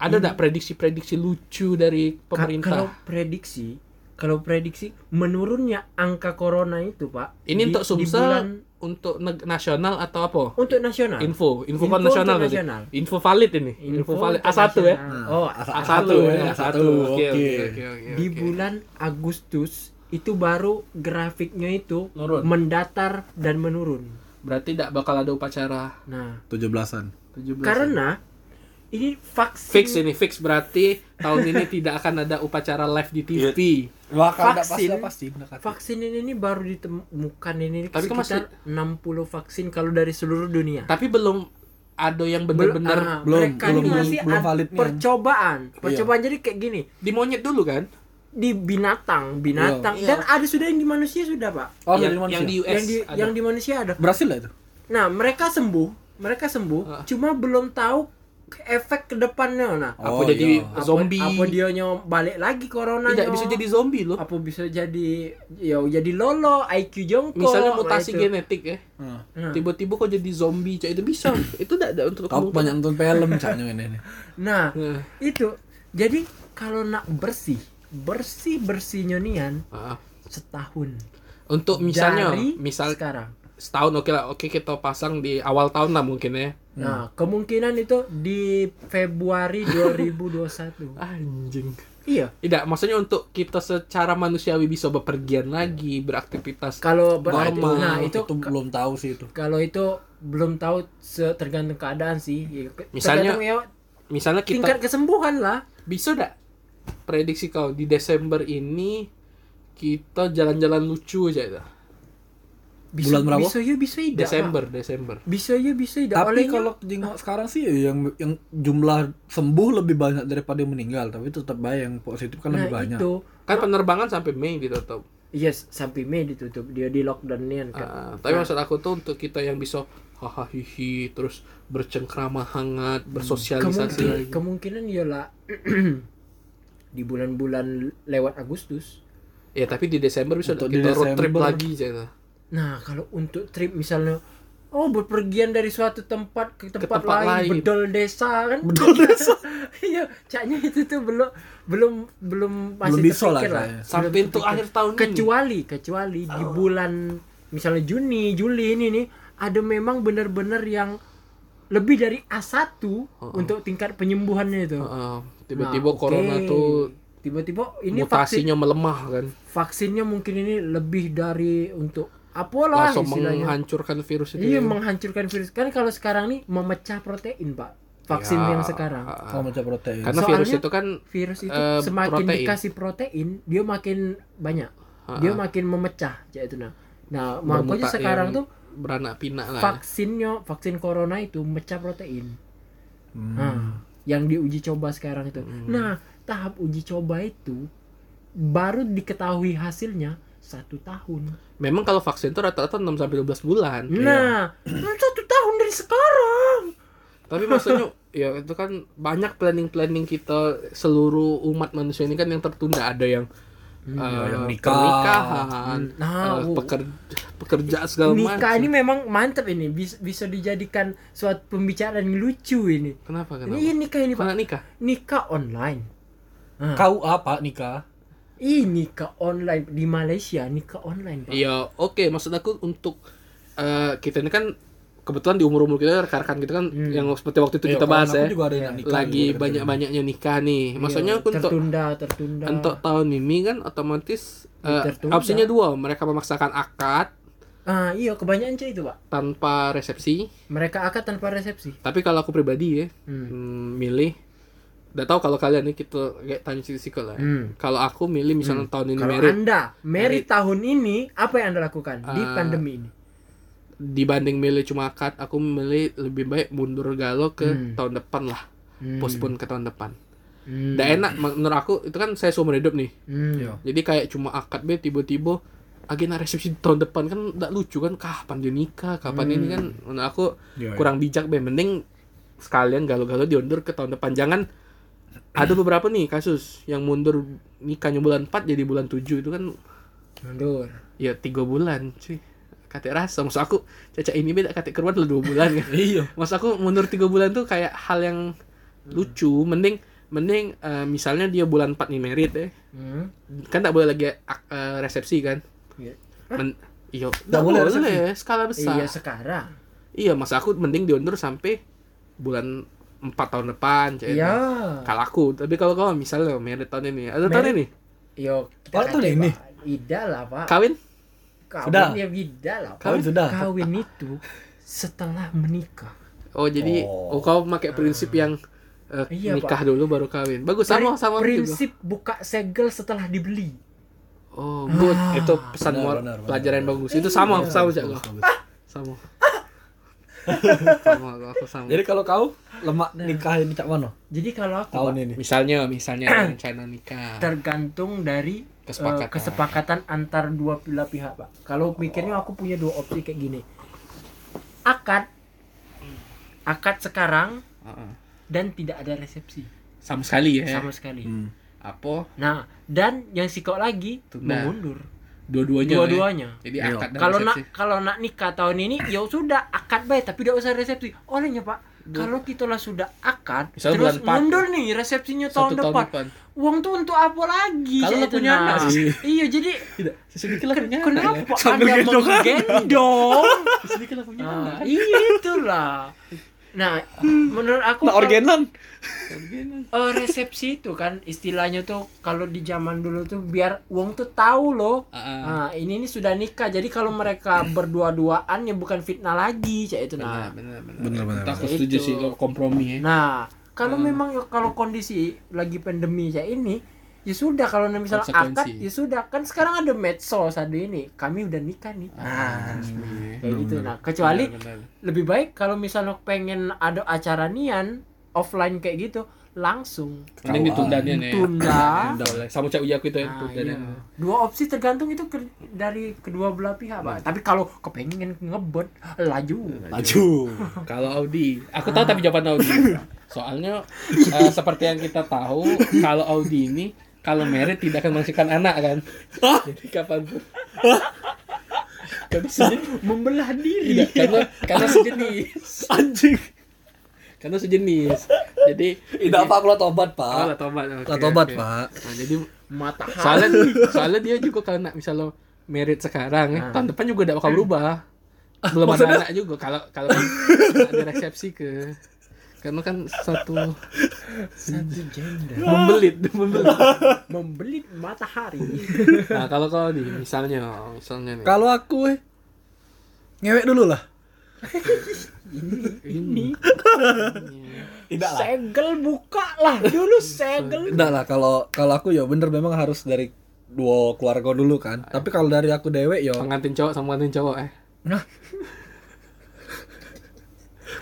Speaker 1: ada nggak prediksi-prediksi lucu dari
Speaker 2: Ka- kalau
Speaker 1: pemerintah?
Speaker 2: prediksi kalau prediksi menurunnya angka corona itu pak
Speaker 1: Ini
Speaker 2: di-
Speaker 1: untuk
Speaker 2: di
Speaker 1: Sumsel,
Speaker 2: bulan-
Speaker 1: untuk neg- nasional atau apa?
Speaker 2: untuk nasional
Speaker 1: Info, info,
Speaker 2: Info
Speaker 1: kan nasional
Speaker 2: untuk
Speaker 1: tadi.
Speaker 2: nasional.
Speaker 1: Info valid ini, info, valid
Speaker 2: untuk
Speaker 1: A1 ya.
Speaker 2: nasional. oh
Speaker 1: A1,
Speaker 3: ya, A1. Oke, oke,
Speaker 2: di bulan Agustus itu baru grafiknya itu
Speaker 1: Turun.
Speaker 2: mendatar dan menurun
Speaker 1: berarti tidak bakal ada upacara
Speaker 2: nah
Speaker 3: 17-an.
Speaker 1: 17
Speaker 2: karena ini vaksin
Speaker 1: fix ini fix berarti tahun ini *laughs* tidak akan ada upacara live di TV
Speaker 3: Wah,
Speaker 2: kalau nggak pasti, nggak
Speaker 3: pasti,
Speaker 2: vaksin ini, ini baru ditemukan ini
Speaker 1: Tapi kan
Speaker 2: sekitar 60 vaksin kalau dari seluruh dunia
Speaker 1: tapi belum ada yang benar-benar
Speaker 2: Bel- ah,
Speaker 3: belum,
Speaker 2: mereka
Speaker 3: belum,
Speaker 2: ini
Speaker 3: belum,
Speaker 2: masih
Speaker 3: belum
Speaker 2: ad-
Speaker 3: valid nih.
Speaker 2: percobaan
Speaker 1: Iya.
Speaker 2: percobaan jadi kayak gini
Speaker 1: di monyet dulu kan
Speaker 2: di binatang binatang
Speaker 1: Iya.
Speaker 2: dan ada sudah yang di manusia sudah pak
Speaker 3: Oh,
Speaker 1: yang,
Speaker 3: dari manusia.
Speaker 1: yang di US
Speaker 2: yang di
Speaker 1: ada.
Speaker 2: yang di manusia ada
Speaker 3: Berhasil lah itu.
Speaker 2: nah mereka sembuh mereka sembuh
Speaker 1: Ah.
Speaker 2: cuma belum tahu ke- efek kedepannya nah
Speaker 1: apa
Speaker 3: Oh,
Speaker 1: jadi
Speaker 3: iya.
Speaker 2: Apa-
Speaker 1: zombie
Speaker 2: apa, dia nyom balik lagi corona
Speaker 1: tidak bisa jadi zombie loh
Speaker 2: apa bisa jadi ya jadi lolo IQ jongkok
Speaker 1: misalnya
Speaker 2: nah,
Speaker 1: mutasi
Speaker 2: itu.
Speaker 1: genetik ya
Speaker 3: Heeh.
Speaker 2: nah,
Speaker 1: tiba-tiba kok jadi zombie cak itu bisa
Speaker 2: Hmm.
Speaker 1: itu tidak ada untuk
Speaker 3: Kau banyak nonton film
Speaker 1: *laughs*
Speaker 3: misalnya ini. ini.
Speaker 2: nah
Speaker 1: Nah,
Speaker 2: itu jadi kalau nak bersih bersih bersihnya nian
Speaker 1: ah.
Speaker 2: setahun
Speaker 1: untuk misalnya
Speaker 2: dari
Speaker 1: misal
Speaker 2: sekarang
Speaker 1: setahun oke lah oke kita pasang di awal tahun lah mungkin ya
Speaker 2: nah kemungkinan itu di
Speaker 1: *laughs*
Speaker 2: Februari 2021
Speaker 1: anjing
Speaker 2: iya
Speaker 1: Tidak, maksudnya untuk kita secara manusiawi bisa bepergian lagi, beraktivitas.
Speaker 2: kalau berarti
Speaker 1: Normal. gitu.
Speaker 2: nah itu
Speaker 3: belum tahu sih itu.
Speaker 2: kalau itu belum tahu se- tergantung keadaan sih Ya, ke-
Speaker 1: Misalnya,
Speaker 2: tergantung ya,
Speaker 1: Misalnya
Speaker 2: tingkat
Speaker 1: kita
Speaker 2: kesembuhan lah
Speaker 1: bisa tidak prediksi kau di Desember ini kita jalan-jalan lucu aja itu.
Speaker 2: bisa
Speaker 3: Bulan berapa?
Speaker 2: bisa ya bisa tidak
Speaker 1: Desember, Desember.
Speaker 2: Pak. bisa ya bisa tidak
Speaker 3: Tapi
Speaker 2: Olehnya-
Speaker 3: kalau jenguk sekarang sih yang yang jumlah sembuh lebih banyak daripada yang meninggal, tapi tetap baik yang positif kan
Speaker 2: nah
Speaker 3: lebih banyak.
Speaker 2: itu
Speaker 1: Kan penerbangan sampai Mei gitu, ditutup.
Speaker 2: yes sampai Mei ditutup dia di lockdown nian kan
Speaker 1: Ah, tapi maksud aku tuh untuk kita yang bisa hahaha hihi terus bercengkrama hangat, bersosialisasi
Speaker 2: Kemungkin-
Speaker 1: lagi.
Speaker 2: kemungkinan iyalah *clears throat* di bulan-bulan lewat Agustus.
Speaker 1: Ya, tapi di Desember bisa
Speaker 3: Untuk
Speaker 1: kita
Speaker 3: di
Speaker 1: road trip
Speaker 3: Desember.
Speaker 1: lagi aja itu.
Speaker 2: Nah, kalau untuk trip misalnya oh berpergian dari suatu tempat ke tempat,
Speaker 1: tempat
Speaker 2: lain,
Speaker 1: lain.
Speaker 2: bedol desa kan. *laughs* Bedol desa. iya, caknya itu tuh belum belum belum masih
Speaker 3: bisa lah
Speaker 2: terpikir
Speaker 3: kayaknya.
Speaker 1: Sampai untuk
Speaker 2: terpikir.
Speaker 1: akhir tahun ini. Oh.
Speaker 2: kecuali kecuali di bulan misalnya Juni, Juli ini nih ada memang benar-benar yang lebih dari A1
Speaker 1: Oh,
Speaker 2: untuk tingkat penyembuhannya itu.
Speaker 1: Heeh, Ah, Oh, tiba-tiba
Speaker 2: Nah,
Speaker 1: corona
Speaker 2: oke.
Speaker 1: tuh
Speaker 2: tiba-tiba ini vaksin
Speaker 1: mutasinya melemah kan.
Speaker 2: vaksinnya mungkin ini lebih dari untuk apalah
Speaker 1: langsung
Speaker 2: istilahnya.
Speaker 1: menghancurkan virus itu. ya.
Speaker 2: Iya menghancurkan virus. Kan kalau sekarang nih memecah protein, Pak. Vaksin
Speaker 1: Ya,
Speaker 2: yang sekarang.
Speaker 1: ah,
Speaker 3: Kalau macam protein.
Speaker 1: Karena
Speaker 2: Soalnya-
Speaker 1: virus itu kan
Speaker 2: Virus itu
Speaker 1: Eh,
Speaker 2: semakin
Speaker 1: protein.
Speaker 2: dikasih protein, dia makin banyak. Dia makin memecah, ya itu nah. Nah, makanya
Speaker 1: bermuta-
Speaker 2: sekarang
Speaker 1: yang
Speaker 2: tuh
Speaker 1: beranak pinak lah. ya.
Speaker 2: vaksinnya vaksin corona itu mecah protein.
Speaker 3: Hmm.
Speaker 2: Nah, yang diuji coba sekarang itu.
Speaker 1: Hmm.
Speaker 2: Nah, tahap uji coba itu baru diketahui hasilnya satu tahun.
Speaker 1: Memang kalau vaksin itu rata-rata 6 sampai 12 bulan. Iya.
Speaker 2: Nah, kan satu tahun dari sekarang.
Speaker 1: Tapi maksudnya ya itu kan banyak planning-planning kita seluruh umat manusia ini kan yang tertunda ada yang
Speaker 2: Hmm,
Speaker 1: eh,
Speaker 3: yang nikah.
Speaker 1: pernikahan, eh,
Speaker 2: Nah, oh.
Speaker 1: peker- pekerjaan segala macam.
Speaker 2: nikah ini memang mantap ini bisa, bisa dijadikan suatu pembicaraan yang lucu ini
Speaker 1: Kenapa kenapa?
Speaker 2: ini nikah ini
Speaker 1: Karena
Speaker 2: pak
Speaker 1: nikah.
Speaker 2: nikah online
Speaker 3: Kau apa nikah?
Speaker 2: ini nikah online di Malaysia nikah online pak
Speaker 1: Iya, oke. Maksud aku untuk eh, kita ini kan kebetulan di umur umur kita rekan-rekan kita kan
Speaker 2: Hmm.
Speaker 1: yang seperti waktu itu
Speaker 3: Iya,
Speaker 1: kita
Speaker 3: kawan
Speaker 1: bahas
Speaker 3: aku
Speaker 1: ya.
Speaker 3: juga ada yang nikah,
Speaker 1: lagi
Speaker 3: juga ada
Speaker 1: banyak banyaknya nikah nih. Maksudnya
Speaker 2: gitu. Iya,
Speaker 1: aku untuk
Speaker 2: tertunda tertunda
Speaker 1: untuk tahun ini kan otomatis
Speaker 2: Ya,
Speaker 1: eh,
Speaker 2: tertunda.
Speaker 1: opsinya dua. Mereka memaksakan akad
Speaker 2: ah iya kebanyakan cah itu pak
Speaker 1: tanpa resepsi.
Speaker 2: mereka akad tanpa resepsi
Speaker 1: Tapi kalau aku pribadi ya
Speaker 2: Hmm.
Speaker 1: hmm, milih. Udah tahu kalau kalian nih kita kayak tanya psikolog lah. ya.
Speaker 2: Hmm.
Speaker 1: Kalau aku milih misalnya tahun ini
Speaker 2: kalau
Speaker 1: married
Speaker 2: anda merit
Speaker 1: Married.
Speaker 2: tahun ini apa yang anda lakukan di
Speaker 1: Ah.
Speaker 2: pandemi ini
Speaker 1: dibanding milih cuma akad, aku milih lebih baik mundur galau ke
Speaker 2: Hmm.
Speaker 1: tahun depan lah.
Speaker 2: Hmm.
Speaker 1: Postpone ke tahun depan.
Speaker 2: Hmm.
Speaker 1: Nggak enak men- menurut aku itu kan saya seumur hidup nih.
Speaker 2: Hmm.
Speaker 1: Jadi kayak cuma akad be tiba-tiba agenda resepsi tahun depan kan nggak lucu kan kapan dia nikah kapan ini kan menurut aku
Speaker 3: Iya, iya.
Speaker 1: kurang bijak be mending sekalian galau-galau diundur ke tahun depan jangan ada beberapa nih kasus yang mundur nikahnya bulan 4 jadi bulan 7 itu kan
Speaker 2: mundur
Speaker 1: ya tiga bulan sih kate rasa maksud aku caca ini beda kate keluar udah dua bulan kan
Speaker 3: Iya.
Speaker 1: maksud aku mundur tiga bulan tuh kayak hal yang lucu mending mending eh, misalnya dia bulan 4 nih merit ya
Speaker 2: hmm.
Speaker 1: kan tak boleh lagi ak- eh, resepsi kan
Speaker 2: Iya.
Speaker 1: Men- iya
Speaker 3: Tak
Speaker 1: tak
Speaker 3: boleh
Speaker 1: boleh,
Speaker 3: resepsi?
Speaker 1: skala besar
Speaker 2: iya sekarang
Speaker 1: iya masa aku mending diundur sampai bulan 4 tahun depan kayak
Speaker 2: iya
Speaker 1: gitu. kalau aku tapi kalau kau misalnya oh, merit tahun ini atau tahun
Speaker 2: Merit.
Speaker 1: ini
Speaker 3: Oh,
Speaker 2: Yo, kita
Speaker 3: tahun
Speaker 2: kacau,
Speaker 3: ini?
Speaker 2: Pak. Ida lah, Pak.
Speaker 1: kawin
Speaker 2: Kawin
Speaker 3: Sudah.
Speaker 2: ya bida lah. Pak.
Speaker 3: Kawin sudah.
Speaker 2: Kawin itu setelah menikah.
Speaker 1: oh jadi
Speaker 3: Oh.
Speaker 1: oh, kau pakai prinsip yang eh,
Speaker 2: Iya, Pak.
Speaker 1: nikah dulu baru kawin bagus sama
Speaker 2: Pri-
Speaker 1: sama aku juga.
Speaker 2: Prinsip buka segel setelah dibeli.
Speaker 1: Oh, good.
Speaker 2: Ah,
Speaker 1: itu pesan
Speaker 3: benar,
Speaker 1: mor-
Speaker 3: benar, benar,
Speaker 1: pelajaran
Speaker 3: benar.
Speaker 1: bagus. Itu sama,
Speaker 3: Iya,
Speaker 1: sama
Speaker 3: bagus,
Speaker 1: Jack.
Speaker 3: bagus, bagus.
Speaker 2: *laughs*
Speaker 1: Sama. sama, aku sama.
Speaker 3: Jadi kalau kau lemak nikah ini cak mana?
Speaker 2: Jadi kalau aku
Speaker 3: Tahun
Speaker 2: Pak,
Speaker 3: ini.
Speaker 1: misalnya,
Speaker 2: *coughs*
Speaker 1: misalnya rencana nikah.
Speaker 2: tergantung dari eh,
Speaker 1: Kesepakatan.
Speaker 2: kesepakatan antar dua belah pihak, Pak. Kalau mikirnya aku punya dua opsi kayak gini. Akad akad sekarang
Speaker 5: Heeh.
Speaker 2: dan tidak ada resepsi
Speaker 5: sama sekali ya
Speaker 2: sama sekali.
Speaker 5: apa
Speaker 2: Nah, dan yang sikok lagi
Speaker 5: Tunda.
Speaker 2: mengundur
Speaker 5: dua-duanya ya.
Speaker 2: dua-duanya.
Speaker 5: jadi
Speaker 3: Iya.
Speaker 5: akad dan
Speaker 2: kalau nak
Speaker 5: resepsi.
Speaker 2: kalau nak nikah tahun ini ya sudah akad baik tapi tidak usah resepsi olehnya pak kalau kita lah sudah akad
Speaker 5: Misalnya
Speaker 2: terus
Speaker 5: bulan empat.
Speaker 2: mundur nih resepsinya
Speaker 5: satu
Speaker 2: tahun depan. uang tuh untuk apa lagi
Speaker 5: Kalau
Speaker 2: saya
Speaker 5: lu punya
Speaker 2: tenang?
Speaker 5: anak sih.
Speaker 2: iya jadi
Speaker 5: sedikit lah punya anak ya.
Speaker 2: kenapa
Speaker 5: Sambil
Speaker 2: anda
Speaker 5: gendong anak.
Speaker 2: menggendong
Speaker 5: sedikit lah punya
Speaker 3: Ah.
Speaker 2: nah,
Speaker 5: anak
Speaker 2: iya itulah nah menurut aku
Speaker 3: Nah,
Speaker 2: kalau-
Speaker 3: organan.
Speaker 2: eh, resepsi itu kan istilahnya tuh kalau di zaman dulu tuh biar uang tuh tahu loh
Speaker 5: Ah,
Speaker 2: Nah, ini ini sudah nikah. Jadi kalau mereka berdua-duaan ya bukan fitnah lagi, cak itu
Speaker 5: benar
Speaker 2: nah.
Speaker 5: benar benar
Speaker 3: Benar, benar,
Speaker 5: Itu aku
Speaker 2: benar.
Speaker 5: setuju
Speaker 2: Itu.
Speaker 5: sih kalau kompromi ya
Speaker 2: Nah, kalau
Speaker 5: Hmm.
Speaker 2: memang ya, kalau kondisi lagi pandemi ya ini ya sudah kalau misalnya
Speaker 5: Konsekuensi.
Speaker 2: akad ya sudah kan sekarang ada medsos ada ini kami udah nikah nih nah kayak gitu nah kecuali
Speaker 5: Ah. Benar, benar.
Speaker 2: lebih baik kalau misalnya pengen ada acara nian offline kayak gitu langsung
Speaker 5: mending ditunda nih ya
Speaker 2: tunda
Speaker 5: Nggak boleh. sama cak uji aku itu ya
Speaker 2: Nah,
Speaker 5: ditunda
Speaker 2: iya.
Speaker 5: nih.
Speaker 2: Dua opsi tergantung itu ke- dari kedua belah pihak,
Speaker 3: Nah.
Speaker 2: Pak. Tapi kalau kepengen ngebet, laju.
Speaker 3: *laughs* Laju.
Speaker 5: Kalau Audi, aku tahu tapi jawaban
Speaker 2: *laughs*
Speaker 5: Audi. Soalnya eh, seperti yang kita tahu, kalau Audi ini kalau merit tidak akan menghasilkan anak kan. *laughs*
Speaker 3: Ah,
Speaker 5: Jadi kapan
Speaker 2: *laughs*
Speaker 5: Kan pun. Karena sejenis,
Speaker 2: Membelah diri.
Speaker 3: Iya.
Speaker 5: tidak, karena karena sejenis,
Speaker 3: Anjing.
Speaker 5: karena sejenis. Jadi
Speaker 3: Tidak apa aku lah tobat,
Speaker 1: Oh, lah
Speaker 3: Pak.
Speaker 1: tobat.
Speaker 3: Lah
Speaker 1: oke,
Speaker 3: tobat,
Speaker 1: oke.
Speaker 3: Pak.
Speaker 1: Nah, jadi
Speaker 2: Matahari.
Speaker 1: soalnya soalnya dia juga kalau nak misalnya merit sekarang, ya,
Speaker 5: Nah.
Speaker 2: Ah.
Speaker 1: tahun depan juga tidak bakal berubah. Belum ada
Speaker 3: maksudnya?
Speaker 1: anak juga kalau kalau nggak ada resepsi ke karena kan satu
Speaker 2: Satu gender.
Speaker 1: membelit *laughs* membelit
Speaker 2: Membelit matahari.
Speaker 1: nah kalau kau di misalnya misalnya nih
Speaker 3: Kalau aku eh ngewek dulu *laughs* lah.
Speaker 1: ini
Speaker 3: *laughs* Tidak
Speaker 2: segel buka lah dulu segel.
Speaker 3: Enggak lah kalau kalau aku ya bener memang harus dari dua keluarga dulu
Speaker 1: Ah,
Speaker 3: kan.
Speaker 1: ya.
Speaker 3: Tapi kalau dari aku dewek ya
Speaker 1: pengantin cowok sama pengantin cowok eh
Speaker 3: Nah.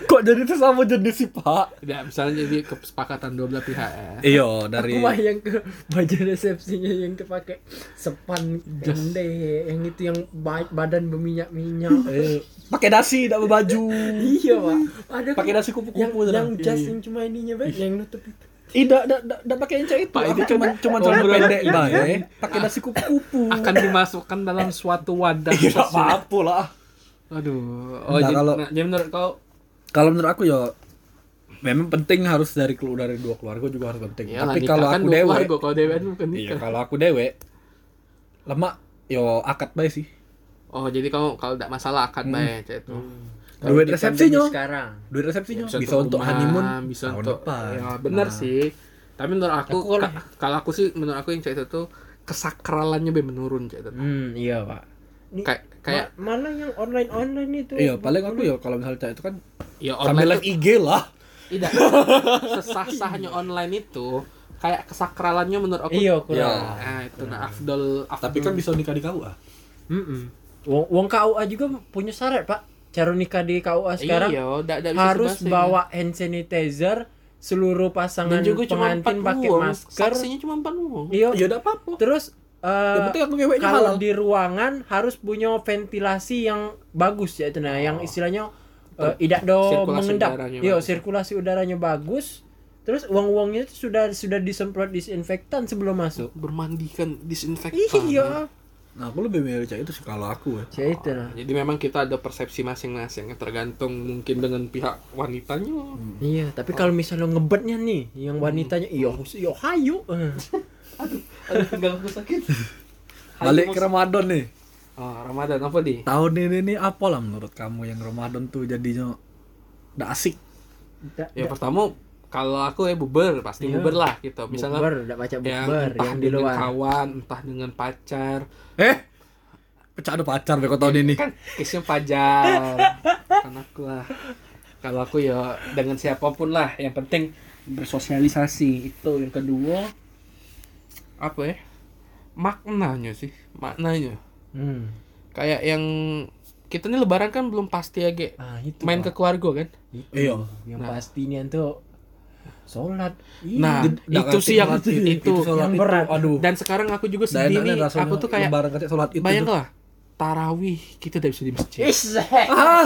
Speaker 3: Kok jadi sesama jenis sih, Pak?
Speaker 1: tidak misalnya jadi kesepakatan dua belah pihak eh
Speaker 3: Iya, dari
Speaker 2: Aku yang ke baju resepsinya yang dipakai sepan pendek yang itu yang ba- badan berminyak-minyak.
Speaker 3: eh, pakai dasi tidak berbaju.
Speaker 2: iya, Pak. Ada
Speaker 3: Pakai
Speaker 2: kok
Speaker 3: dasi
Speaker 2: yang,
Speaker 3: kupu-kupu Iya,
Speaker 2: yang
Speaker 3: yang, Iya.
Speaker 2: jas yang cuma ininya, Pak, yang nutup itu.
Speaker 3: tidak tidak tidak pakai enceng itu
Speaker 1: Pak,
Speaker 3: Aku
Speaker 1: itu
Speaker 3: cuma cuma
Speaker 6: Oh,
Speaker 3: celana pendek
Speaker 6: pendek
Speaker 1: ya.
Speaker 3: bae pakai dasi kupu-kupu
Speaker 1: akan dimasukkan dalam suatu
Speaker 5: *laughs*
Speaker 1: wadah
Speaker 3: Iya,
Speaker 1: khusus.
Speaker 3: apa-apa lah
Speaker 1: aduh oh
Speaker 3: Nah,
Speaker 1: jadi,
Speaker 3: kalau-
Speaker 1: nah, jadi menurut kau
Speaker 3: kalau menurut aku ya memang penting harus dari keluar dari dua keluarga juga harus penting
Speaker 1: iyalah,
Speaker 3: tapi
Speaker 1: nikah
Speaker 3: kalau
Speaker 1: kan
Speaker 3: aku
Speaker 1: dua
Speaker 3: dewe
Speaker 1: keluarga, kalau dewe kan bukan
Speaker 3: iya
Speaker 1: nikah
Speaker 3: kalau aku dewe lemak yo akad bae sih
Speaker 1: oh jadi kau kalau tidak masalah akad
Speaker 3: Hmm.
Speaker 1: baik kayak itu
Speaker 2: Kalau
Speaker 3: duit
Speaker 2: di
Speaker 3: resepsinya
Speaker 2: pandemi sekarang
Speaker 3: duit resepsinya
Speaker 1: Ya,
Speaker 3: bisa, untuk
Speaker 1: rumah,
Speaker 3: honeymoon
Speaker 1: bisa
Speaker 3: tahun
Speaker 1: untuk
Speaker 3: depan
Speaker 1: ya benar
Speaker 3: Nah.
Speaker 1: sih tapi menurut aku,
Speaker 3: Aku kalau-
Speaker 1: ka- kalau aku sih menurut aku yang cerita itu kesakralannya lebih menurun cerita itu.
Speaker 2: hmm iya pak
Speaker 1: kayak kayak
Speaker 2: Ma- malah yang online online itu
Speaker 3: iya paling aku ya kalau misalnya cak itu kan
Speaker 1: ya
Speaker 3: sambil
Speaker 1: online
Speaker 3: live
Speaker 1: itu,
Speaker 3: IG lah
Speaker 1: tidak sesah-sahnya online itu kayak kesakralannya menurut aku
Speaker 2: iya kurang
Speaker 3: Iya.
Speaker 1: nah itu nah afdol afdol
Speaker 3: tapi kan bisa nikah di KUA
Speaker 1: Mm-mm.
Speaker 2: Wong, wong KUA juga punya syarat pak cara nikah di KUA sekarang
Speaker 1: iya, dak, dak bisa
Speaker 2: harus
Speaker 1: sebahasa,
Speaker 2: bawa hand sanitizer seluruh
Speaker 1: ya. dan
Speaker 2: pasangan
Speaker 1: juga cuma empat
Speaker 2: pengantin pakai
Speaker 1: uang
Speaker 2: masker
Speaker 1: saksinya Ya, cuma empat uang
Speaker 2: iya
Speaker 3: ya udah apa-apa
Speaker 2: terus eh,
Speaker 3: yang penting aku ngeweknya halal
Speaker 2: kalau di ruangan harus punya ventilasi yang bagus ya itu nah yang istilahnya eh, tidak do
Speaker 1: Oh. Sirkulasi
Speaker 2: mengendap
Speaker 1: udaranya
Speaker 2: yo
Speaker 1: bagus.
Speaker 2: sirkulasi udaranya bagus terus uang-uangnya itu sudah sudah disemprot disinfektan sebelum masuk
Speaker 1: bermandikan disinfektan
Speaker 2: iya
Speaker 3: nah aku lebih milih cak itu sih kalau aku ya
Speaker 2: ya itu nah
Speaker 1: Jadi memang kita ada persepsi masing-masing tergantung mungkin dengan pihak wanitanya. Oh.
Speaker 2: iya tapi kalau misalnya ngebetnya nih
Speaker 1: Hmm.
Speaker 2: yang wanitanya iya iya
Speaker 1: *laughs*
Speaker 2: hayu Eh.
Speaker 1: Aduh, tinggal aku
Speaker 2: *laughs*
Speaker 1: sakit.
Speaker 3: balik ke Ramadan nih
Speaker 1: Oh, Ramadan apa di?
Speaker 3: tahun ini nih apa lah menurut kamu yang Ramadan tuh jadinya nggak asik
Speaker 2: Da-
Speaker 1: Ya pertama kalau aku ya buber, pasti
Speaker 2: Iya.
Speaker 1: buber lah gitu. Misalnya
Speaker 2: bukber, ndak baca
Speaker 1: yang
Speaker 2: bukber
Speaker 1: entah
Speaker 2: yang di
Speaker 1: dengan
Speaker 2: luar.
Speaker 1: kawan, entah dengan pacar.
Speaker 3: eh pecah ada pacar deh kok tahun ini
Speaker 1: Kan case-nya pajar. kan aku lah. Kalau aku ya dengan siapapun lah, yang penting
Speaker 6: bersosialisasi itu yang kedua
Speaker 1: apa ya? Maknanya sih, maknanya.
Speaker 2: Hmm.
Speaker 1: Kayak yang kita nih lebaran kan belum pasti ya, Ge.
Speaker 2: Ah, itu.
Speaker 1: Main ke
Speaker 2: Pak.
Speaker 1: keluarga kan?
Speaker 2: Itu.
Speaker 3: Iya.
Speaker 2: Yang
Speaker 1: Nah.
Speaker 2: pastinya tuh sholat. Ih,
Speaker 1: Nah,
Speaker 3: Di-
Speaker 1: itu
Speaker 3: nggak Iya. ngerti
Speaker 1: sih yang
Speaker 3: sholat
Speaker 1: itu.
Speaker 3: sholat
Speaker 2: Yang berat.
Speaker 3: aduh
Speaker 1: Dan sekarang aku juga
Speaker 3: Nggak
Speaker 1: sedih
Speaker 3: enaknya
Speaker 1: nih.
Speaker 3: rasanya
Speaker 1: Aku tuh kayak
Speaker 3: lebaran kayak sholat itu tuh.
Speaker 1: bayanglah tarawih kita tidak bisa di masjid.
Speaker 2: *laughs*
Speaker 3: ah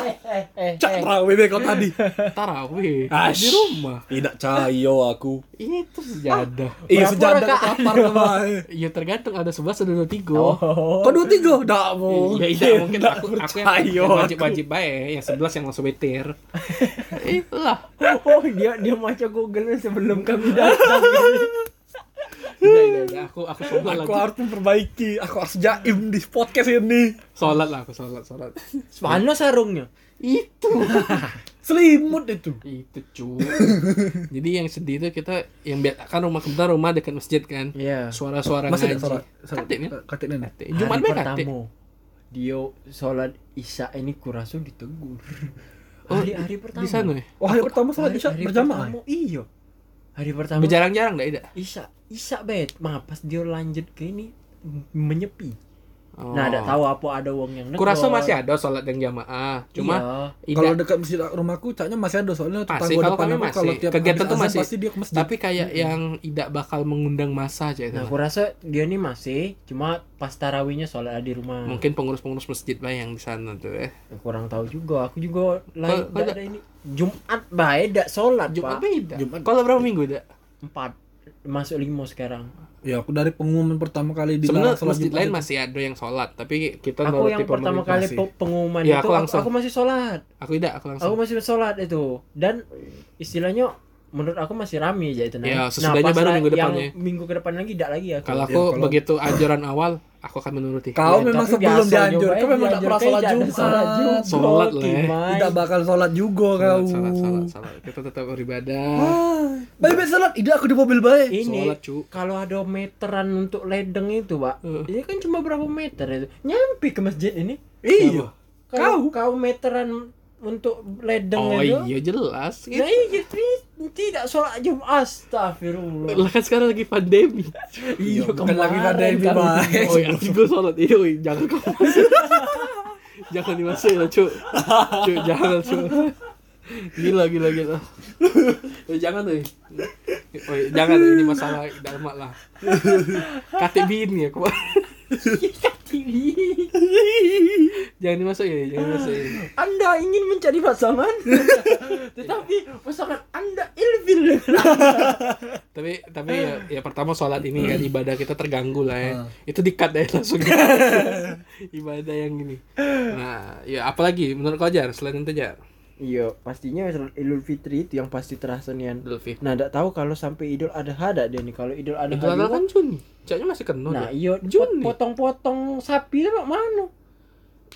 Speaker 3: cak terawih deh kau
Speaker 1: *laughs*
Speaker 3: tadi
Speaker 1: Tarawih
Speaker 3: Eh.
Speaker 1: Eh.
Speaker 3: Ash.
Speaker 1: di rumah.
Speaker 3: tidak cahayo aku
Speaker 1: Itu sejadah.
Speaker 3: iya
Speaker 2: Berapa
Speaker 3: sejadah
Speaker 2: rakaat?
Speaker 3: kau lapar
Speaker 1: *laughs*
Speaker 3: kemarin
Speaker 1: Ya tergantung ada 11 ada 23.
Speaker 2: Oh.
Speaker 3: kau dua tiga nggak mau
Speaker 1: Ya iya mungkin
Speaker 3: Nggak
Speaker 1: aku, aku yang-
Speaker 3: percaya
Speaker 1: yang
Speaker 3: aku.
Speaker 1: wajib-wajib baik yang 11 yang langsung betir. Itulah.
Speaker 2: Oh, dia dia baca Google sebelum
Speaker 1: *laughs*
Speaker 2: kami datang.
Speaker 1: Udah, udah, udah. Iya, Aku aku sholat
Speaker 3: aku
Speaker 1: lagi.
Speaker 3: harus memperbaiki aku harus jaim di podcast ini
Speaker 1: Sholat lah aku sholat sholat.
Speaker 2: Mana sarungnya?
Speaker 1: Itu.
Speaker 3: selimut itu
Speaker 1: Itu cu. Jadi yang sedih itu kita yang biar kan rumah kita rumah dekat masjid kan.
Speaker 2: Iya.
Speaker 1: Suara-suara ngaji. kan?
Speaker 3: masih ada sholat Eh,
Speaker 1: Katik nih.
Speaker 3: katik nih
Speaker 1: Katik. Jumat
Speaker 2: Hari
Speaker 1: baik katik.
Speaker 2: pertama. Dia sholat Isya ini kurasa ditegur.
Speaker 1: Oh,
Speaker 2: Hari-hari pertama.
Speaker 1: Di sana ya?
Speaker 3: wah yang pertama sholat isya
Speaker 2: Hari- hari
Speaker 3: berjamaah
Speaker 2: pertama, Iya. Hari pertama.
Speaker 1: Berjarang-jarang dah, tidak?
Speaker 2: Isya, Isya bet. Mah pas dia lanjut ke ini m- menyepi. Nah, ada tahu apa ada wong yang negor.
Speaker 1: Oh. Kurasa masih ada sholat yang jamaah. Cuma
Speaker 2: Iya.
Speaker 1: tidak.
Speaker 3: Kalau dekat masjid rumahku, caknya masih ada soalnya
Speaker 1: Masih,
Speaker 3: tetangga
Speaker 1: kalau
Speaker 3: depan
Speaker 1: kami
Speaker 3: aku
Speaker 1: masih.
Speaker 3: kalau tiap
Speaker 1: Kegiatan
Speaker 3: habis
Speaker 1: tuh
Speaker 3: azan
Speaker 1: masih.
Speaker 3: pasti dia ke masjid.
Speaker 1: tapi kayak yang tidak bakal mengundang masa aja itu. lah.
Speaker 2: Nah, aku rasa dia ini masih cuma pas tarawihnya sholat di rumah. Nah,
Speaker 1: Mungkin pengurus-pengurus masjid lah yang di sana tuh ya.
Speaker 2: Kurang tahu juga. Aku
Speaker 1: Kalau-
Speaker 2: juga
Speaker 1: kalau
Speaker 2: lain ndak ada ini. Jumat bae dak sholat,
Speaker 1: Jumat
Speaker 2: Pak.
Speaker 1: beda.
Speaker 3: Jumat.
Speaker 1: Kalau berapa minggu tidak?
Speaker 2: Empat masuk lima sekarang.
Speaker 3: ya aku dari pengumuman pertama kali di
Speaker 1: Sebenarnya masjid lain masih ada yang sholat, tapi kita
Speaker 2: aku
Speaker 1: nuruti
Speaker 2: yang pertama
Speaker 1: pemerintah.
Speaker 2: kali
Speaker 3: sih.
Speaker 2: pe- pengumuman
Speaker 1: Ya,
Speaker 2: itu
Speaker 1: aku
Speaker 2: aku,
Speaker 1: langsung.
Speaker 2: aku masih sholat.
Speaker 1: Aku tidak, aku langsung.
Speaker 2: Aku masih sholat itu dan istilahnya menurut aku masih rame aja itu nah.
Speaker 1: Ya,
Speaker 2: Nah,
Speaker 1: sesudahnya
Speaker 2: pas
Speaker 1: baru
Speaker 2: la-
Speaker 1: minggu
Speaker 2: yang
Speaker 1: depannya.
Speaker 2: Minggu ke depan lagi tidak lagi aku.
Speaker 1: Kalau
Speaker 3: Ya,
Speaker 1: aku
Speaker 3: kalau-
Speaker 1: begitu ajaran awal, aku akan menuruti. Iya.
Speaker 3: Kau
Speaker 2: Ya,
Speaker 3: memang
Speaker 2: tapi
Speaker 3: sebelum
Speaker 2: biasa
Speaker 3: dianjur,
Speaker 2: juga, ya,
Speaker 3: kau memang tidak
Speaker 2: dianjur,
Speaker 3: pernah
Speaker 2: kayak
Speaker 3: sholat
Speaker 2: tidak ada sholat
Speaker 3: Jumat.
Speaker 2: juga,
Speaker 1: Sholat lah ya.
Speaker 2: gimana?
Speaker 3: Tidak bakal sholat juga
Speaker 1: Sholat,
Speaker 3: kau.
Speaker 1: sholat, sholat, sholat. Kita tetap beribadah.
Speaker 3: Ah, Baik baik sholat, tidak aku di mobil baik.
Speaker 2: ini
Speaker 1: Sholat, cu.
Speaker 2: kalau ada meteran untuk ledeng itu pak
Speaker 1: Heeh.
Speaker 2: ini kan cuma berapa meter itu nyampe ke masjid ini
Speaker 3: Iya.
Speaker 2: kalau kau meteran untuk ledeng
Speaker 1: Oh
Speaker 3: ya,
Speaker 2: itu
Speaker 1: iya jelas.
Speaker 2: nah iya tri- tidak sholat jumat astagfirullah *laughs*
Speaker 1: Lah kan sekarang lagi pandemi.
Speaker 3: Iya, bukan lagi
Speaker 2: kemarin
Speaker 3: ada yang
Speaker 2: kami-
Speaker 3: baik.
Speaker 1: Oh iya, gue sholat ini, woi, jangan kau masuk. *laughs* jangan dimasukin lah, cu. Cu, jangan, cu. Gila, gila, gila. Woi, jangan, woi. Woi, jangan, ini masalah dalam lah. Kate bini ya, kemarin. *laughs* jangan dimasuk ya jangan dimasuk ya.
Speaker 2: Anda ingin mencari *laughs* pasangan, tetapi pasangan Anda ilfil.
Speaker 1: tapi tapi ya, ya pertama sholat ini kan ibadah kita terganggu lah
Speaker 2: Ah.
Speaker 1: ya itu dikat ya
Speaker 2: *laughs*
Speaker 1: langsung ibadah yang gini nah ya apalagi menurut kau jar selain itu jar
Speaker 2: Iya, pastinya Idul Fitri itu yang pasti terasa nian.
Speaker 1: Idul Fitri
Speaker 2: Nah, nggak tahu kalau sampai Idul Adha ada dia nih. Kalau Idul Adha
Speaker 1: Idul Adha kan Juni caknya masih kena
Speaker 2: Nah,
Speaker 1: nah,
Speaker 2: iya
Speaker 1: Juni.
Speaker 2: potong-potong sapi lah mana?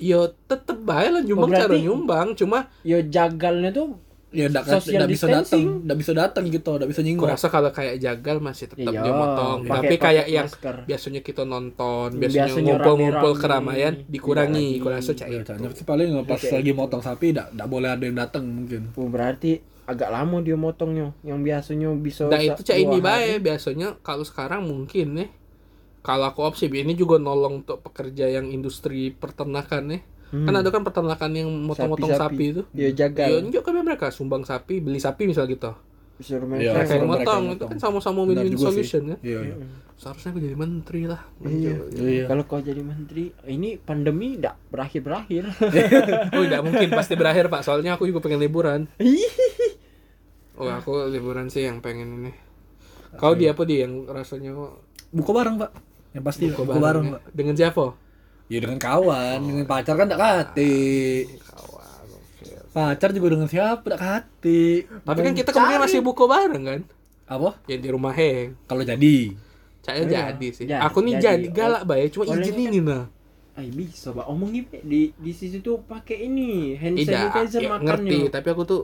Speaker 1: ya tetep bae lah nyumbang
Speaker 2: Oh,
Speaker 1: cara
Speaker 2: berarti-
Speaker 1: nyumbang cuma
Speaker 2: Yo Iya, jagalnya tuh
Speaker 3: ya ndak
Speaker 2: Social
Speaker 3: ndak bisa datang
Speaker 2: distancing.
Speaker 3: ndak bisa datang gitu ndak bisa
Speaker 1: Gua
Speaker 3: nyinggung
Speaker 1: rasa kalau kayak jagal masih tetap
Speaker 2: Iya,
Speaker 1: dia motong.
Speaker 2: pakai-
Speaker 1: Tapi
Speaker 2: pakai
Speaker 1: kayak yang
Speaker 2: masker.
Speaker 1: biasanya kita nonton,
Speaker 2: Yang
Speaker 1: biasanya,
Speaker 2: biasanya
Speaker 1: ngumpul-ngumpul
Speaker 2: rame-rame.
Speaker 1: keramaian
Speaker 2: Iya,
Speaker 1: dikurangi.
Speaker 2: lagi.
Speaker 1: Gua rasa cak
Speaker 3: Ya,
Speaker 1: itu.
Speaker 3: caranya sih paling pas
Speaker 2: Oke.
Speaker 3: lagi motong sapi ndak ndak boleh ada yang datang mungkin
Speaker 2: Oh, berarti agak lama dia motongnya. Yang biasanya bisa
Speaker 1: Nah itu cak ini bae
Speaker 2: baik
Speaker 1: biasanya kalau sekarang mungkin nih. Kalau aku opsi ini juga nolong untuk pekerja yang industri peternakan nih.
Speaker 3: Hmm.
Speaker 1: Kan ada kan peternakan yang motong-motong sapi,
Speaker 2: Sapi-sapi.
Speaker 1: itu.
Speaker 3: Iya.
Speaker 2: Yo
Speaker 1: Ya
Speaker 2: jagal.
Speaker 1: nunjuk kan mereka sumbang sapi, beli sapi misal gitu.
Speaker 2: Suruh main
Speaker 3: Iya,
Speaker 1: Mereka
Speaker 2: prank.
Speaker 1: yang
Speaker 3: mereka yang
Speaker 1: motong, itu
Speaker 3: motong.
Speaker 1: kan sama-sama
Speaker 3: Benar
Speaker 1: win-win
Speaker 3: juga sih.
Speaker 1: solution ya.
Speaker 3: iya iya
Speaker 1: Seharusnya aku jadi menteri lah.
Speaker 2: Iya.
Speaker 3: Iya.
Speaker 2: Kalau kau jadi menteri, ini pandemi enggak
Speaker 1: *laughs*
Speaker 2: berakhir-berakhir.
Speaker 1: *laughs* Oh, tidak mungkin pasti berakhir, Pak. Soalnya aku juga pengen liburan. Oh, aku liburan sih yang pengen ini. Kau dia
Speaker 3: ya?
Speaker 1: apa dia yang rasanya kok
Speaker 3: buka bareng pak yang pasti buka,
Speaker 1: kok
Speaker 3: bareng,
Speaker 1: bareng
Speaker 3: pak
Speaker 1: ya? Oh. dengan siapa?
Speaker 3: ya dengan kawan dengan pacar kan ndak kate
Speaker 1: Iya, Kawan. oke.
Speaker 3: pacar juga dengan siapa ndak kate
Speaker 1: Tapi kan kita kemarin masih buka bareng kan?
Speaker 3: apa
Speaker 1: Yang di rumah Heng.
Speaker 3: kalau jadi
Speaker 1: Caknya
Speaker 2: Iya,
Speaker 1: jadi sih.
Speaker 2: jadi,
Speaker 1: aku nih
Speaker 2: jadi. kan?
Speaker 1: jadi, galak bay, cuma
Speaker 2: Oleh-
Speaker 1: izin ini nah.
Speaker 2: Ay, bisa pak omongin Pak. di di situ tuh pakai ini hand
Speaker 1: Tidak,
Speaker 2: Iya, sanitizer
Speaker 1: ya, ngerti.
Speaker 2: makannya.
Speaker 1: Tapi aku tuh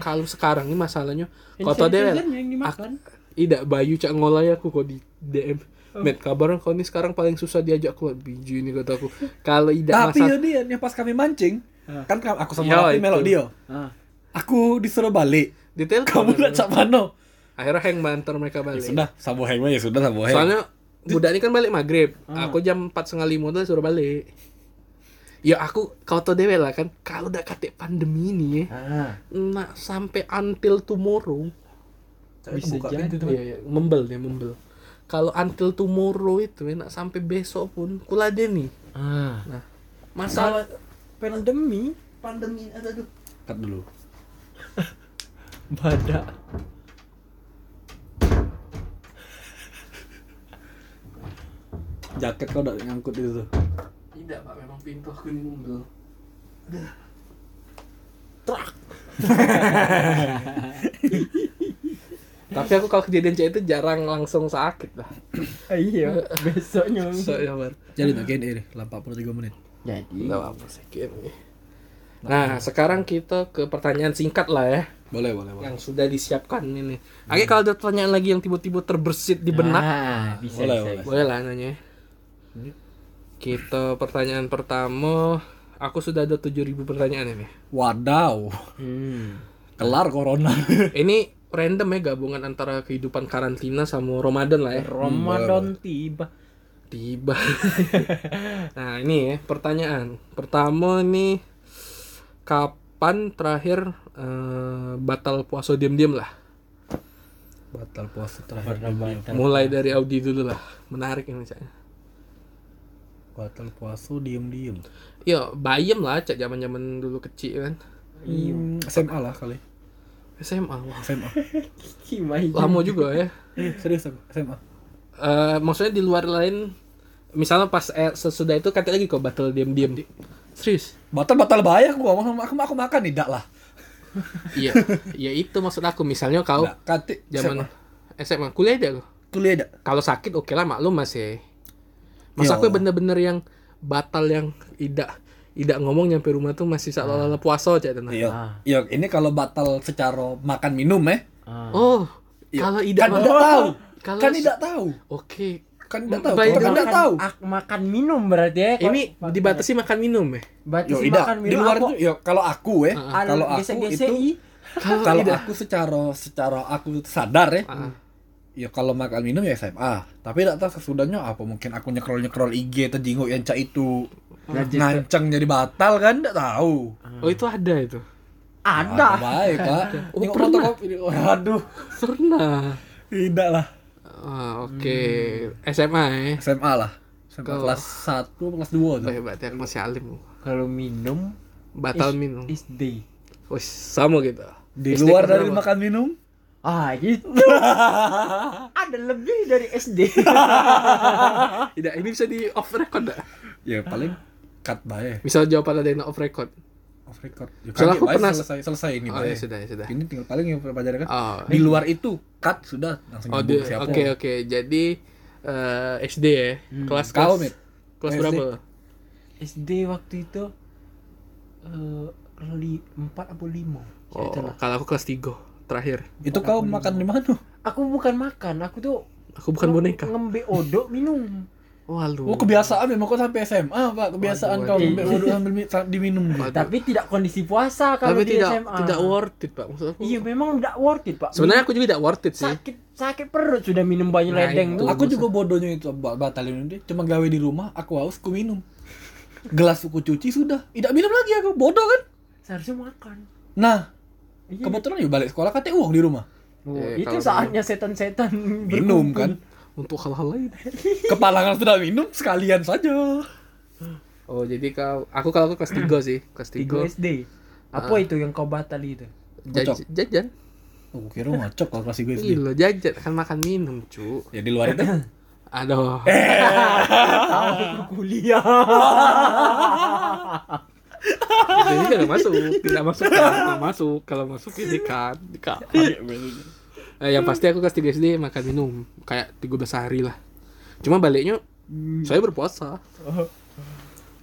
Speaker 1: kalau sekarang ini masalahnya,
Speaker 2: Hand
Speaker 1: kau tau deh,
Speaker 2: sanitizer yang dimakan.
Speaker 1: Tidak, Bayu cak ngolay aku kok di DM.
Speaker 2: Oh.
Speaker 1: Met, kabar kau nih sekarang paling susah diajak keluar biji ini kataku. Kalau tidak
Speaker 3: tapi
Speaker 1: masak
Speaker 3: ya dia yang pas kami mancing kan kam- aku
Speaker 1: Iya,
Speaker 3: sama Rafi
Speaker 1: itu.
Speaker 3: melok dia
Speaker 2: Ah,
Speaker 3: aku disuruh *laughs* balik
Speaker 1: detail
Speaker 3: kamu ndak cak mano
Speaker 1: akhirnya hang banter mereka
Speaker 3: ya
Speaker 1: balik
Speaker 3: sudah sabo heng ya sudah sabo heng
Speaker 1: soalnya budak ini kan balik maghrib aku jam empat setengah lima tuh suruh balik ya aku kau tau dewe lah kan kalau udah kate pandemi ini ya
Speaker 2: ah.
Speaker 1: nah sampai until tomorrow
Speaker 2: Bisa
Speaker 3: buka
Speaker 2: jadi.
Speaker 3: pintu tuh
Speaker 1: Iya, iya, membel dia membel kalau until tomorrow itu enak sampai besok pun kuladeni
Speaker 2: Ah.
Speaker 1: Nah, masalah
Speaker 2: Pandemi
Speaker 1: pandemi ada tuh
Speaker 3: cut *laughs* dulu
Speaker 2: badak.
Speaker 3: jaket kau udah ngangkut itu tuh
Speaker 1: tidak pak memang pintu aku ini membel *laughs* tapi aku kalau kejadian cek itu jarang langsung sakit lah
Speaker 2: Ah, iya,
Speaker 1: *laughs*
Speaker 2: besoknya.
Speaker 1: so ya Bar.
Speaker 3: jadi tuh gini ini 83 menit
Speaker 2: Jadi,
Speaker 1: Nggak apa-apa sih, gini. Nah, sekarang kita ke pertanyaan singkat lah ya
Speaker 3: boleh boleh boleh
Speaker 1: yang sudah disiapkan ini.
Speaker 3: Hmm.
Speaker 1: Oke, kalau ada pertanyaan lagi yang tiba-tiba terbersit di benak,
Speaker 2: Ah, bisa,
Speaker 3: Boleh,
Speaker 2: bisa,
Speaker 3: boleh.
Speaker 2: bisa.
Speaker 1: boleh lah nanya. ya. Kita pertanyaan pertama, aku sudah ada 7000 pertanyaan ini.
Speaker 3: wadaw
Speaker 2: Hmm.
Speaker 3: kelar corona *laughs*
Speaker 1: Ini random ya gabungan antara kehidupan karantina sama Ramadan lah ya.
Speaker 2: Ramadan tiba.
Speaker 1: Tiba. nah, ini ya pertanyaan. Pertama nih kapan terakhir eh, batal puasa diam-diam lah?
Speaker 3: batal puasa terakhir
Speaker 2: Ramadan.
Speaker 1: Mulai dari Audi dulu lah. Menarik ini caknya.
Speaker 3: batal puasa diem diem
Speaker 1: Yo, bayem Iya, lah cak zaman-zaman dulu kecil kan.
Speaker 3: hmm, SMA lah kali
Speaker 1: SMA. Wah,
Speaker 3: *laughs* SMA
Speaker 1: Lama juga ya.
Speaker 3: eh, serius aku SMA
Speaker 1: Eh, maksudnya di luar lain misalnya pas eh, sesudah itu katanya lagi kok batal diam-diam. Serius?
Speaker 3: batal batal bahaya aku ngomong sama aku aku makan nih dak lah
Speaker 1: Iya. ya itu maksud aku misalnya kau
Speaker 3: dak kate
Speaker 1: Oh, zaman
Speaker 3: zaman
Speaker 1: SMA kuliah dia kok.
Speaker 3: kuliah dak
Speaker 1: kalau sakit oke lah maklum masih mas
Speaker 3: Yo.
Speaker 1: aku bener-bener yang batal yang tidak tidak ngomong nyampe rumah tuh masih seolah-olah puasa aja tenang
Speaker 3: Iya. Iya, ini kalau batal secara makan minum eh.
Speaker 2: Ah.
Speaker 1: oh kalau tidak
Speaker 3: Kan tidak tahu.
Speaker 1: kalau
Speaker 3: Kan
Speaker 1: se-
Speaker 3: tidak tahu.
Speaker 1: oke
Speaker 3: Kan tidak tahu.
Speaker 1: Baik, Ah,
Speaker 3: Kita kan
Speaker 1: makan-
Speaker 3: tidak tahu.
Speaker 2: ak- makan minum berarti ya. Kok-
Speaker 1: ini dibatasi makan minum ya
Speaker 2: batasi
Speaker 3: Yo, tidak.
Speaker 2: makan minum.
Speaker 3: Di luar
Speaker 2: apa?
Speaker 3: itu, yo, kalau aku eh,
Speaker 1: Ah,
Speaker 2: Al-
Speaker 3: kalau aku
Speaker 2: gesek-geseki.
Speaker 3: itu kalau aku secara secara aku sadar ya.
Speaker 1: Ah.
Speaker 3: Ya kalau makan minum ya SMA, tapi tidak tahu sesudahnya apa mungkin aku nyekrol nyekrol IG terjinguk yang cak itu nganceng jadi batal kan tidak tahu.
Speaker 1: oh itu ada itu
Speaker 2: ada.
Speaker 3: Ah, baik pak.
Speaker 1: Oh,
Speaker 3: Tengok
Speaker 1: pernah.
Speaker 3: fotokopi ini. Oh, aduh,
Speaker 1: pernah
Speaker 3: tidak lah. Hmm.
Speaker 1: Ah, oke SMA ya
Speaker 3: SMA lah. Sampai
Speaker 1: Kalau-
Speaker 3: kelas 1 apa kelas 2 tuh.
Speaker 1: Lo hebat ya masih alim.
Speaker 2: Kalau minum
Speaker 1: Batal
Speaker 2: is-
Speaker 1: minum.
Speaker 2: is day.
Speaker 1: Wih, sama gitu.
Speaker 3: Di
Speaker 1: SD
Speaker 3: luar
Speaker 1: kelas
Speaker 3: dari
Speaker 1: berapa?
Speaker 3: makan minum.
Speaker 2: Ah gitu. Ada lebih dari SD.
Speaker 1: Tidak, ini bisa di off record dah.
Speaker 3: Ya paling cut bae.
Speaker 1: Misal jawaban ada yang off record.
Speaker 3: Off record. Ya,
Speaker 1: Soalnya
Speaker 3: kan,
Speaker 1: aku
Speaker 3: bae,
Speaker 1: pernah-
Speaker 3: selesai selesai ini
Speaker 1: Oh
Speaker 3: bae.
Speaker 1: ya sudah ya sudah.
Speaker 3: Ini tinggal paling yang pelajaran kan.
Speaker 1: Oh,
Speaker 3: Di luar itu cut sudah langsung
Speaker 1: oh,
Speaker 3: nyebut
Speaker 1: di-
Speaker 3: siapa.
Speaker 1: oke oke. Jadi eh, SD ya. Kelas kelas.
Speaker 3: Kau, Mit.
Speaker 1: Kelas
Speaker 3: SD.
Speaker 1: berapa?
Speaker 2: SD waktu itu eh li, 4 atau 5.
Speaker 1: Oh, kalau aku kelas 3 terakhir.
Speaker 3: Itu kau makan di mana?
Speaker 2: Aku bukan makan, aku tuh
Speaker 1: Aku bukan
Speaker 2: nge-
Speaker 1: boneka.
Speaker 2: Ngembe odok minum.
Speaker 1: Waduh.
Speaker 3: Oh kebiasaan memang kau sampai SMA pak kebiasaan
Speaker 1: Waduh,
Speaker 3: kau
Speaker 2: waduh.
Speaker 3: sampai waduh sambil mi- sa- diminum
Speaker 1: Waduh.
Speaker 2: Tapi tidak kondisi puasa kalau
Speaker 1: Tapi
Speaker 2: di
Speaker 1: tidak
Speaker 2: SMA.
Speaker 1: tidak worth it, Pak. Maksud aku.
Speaker 2: Iya, memang tidak worth it, Pak.
Speaker 1: Sebenarnya aku juga tidak worth it sih.
Speaker 2: sakit sakit perut sudah minum banyak
Speaker 1: Nah,
Speaker 2: ledeng
Speaker 1: itu.
Speaker 2: tuh.
Speaker 3: Aku juga bodohnya itu ba- batalin itu cuma gawe di rumah aku haus ku minum gelas ku cuci sudah tidak minum lagi aku bodoh kan
Speaker 2: Seharusnya makan.
Speaker 3: nah
Speaker 2: Iya.
Speaker 3: kebetulan ya balik sekolah katanya uang di rumah
Speaker 2: Oh,
Speaker 1: Eh,
Speaker 2: itu
Speaker 1: kalau
Speaker 2: saatnya setan-setan
Speaker 3: minum
Speaker 2: berkumpul.
Speaker 3: kan
Speaker 1: Untuk hal-hal lain.
Speaker 3: kepalangan sudah minum sekalian saja
Speaker 1: Oh, jadi kau aku kalau aku kelas 3 sih, kelas
Speaker 2: 3
Speaker 1: 3.
Speaker 2: SD. Apa
Speaker 1: Ah.
Speaker 2: itu yang kau batali itu?
Speaker 1: Jajan, jajan.
Speaker 3: oh kira ngocok kalau kasih gue SD
Speaker 1: Gila, jajan kan makan minum, cu.
Speaker 3: ya di luar itu
Speaker 1: Aduh.
Speaker 2: Tahu kuliah.
Speaker 1: Jadi tidak masuk, tidak masuk, kalau nggak masuk. Kalau masuk ini kan, di kapan. Eh, yang pasti aku kelas 3 SD makan minum kayak 13 hari lah. Cuma baliknya saya berpuasa.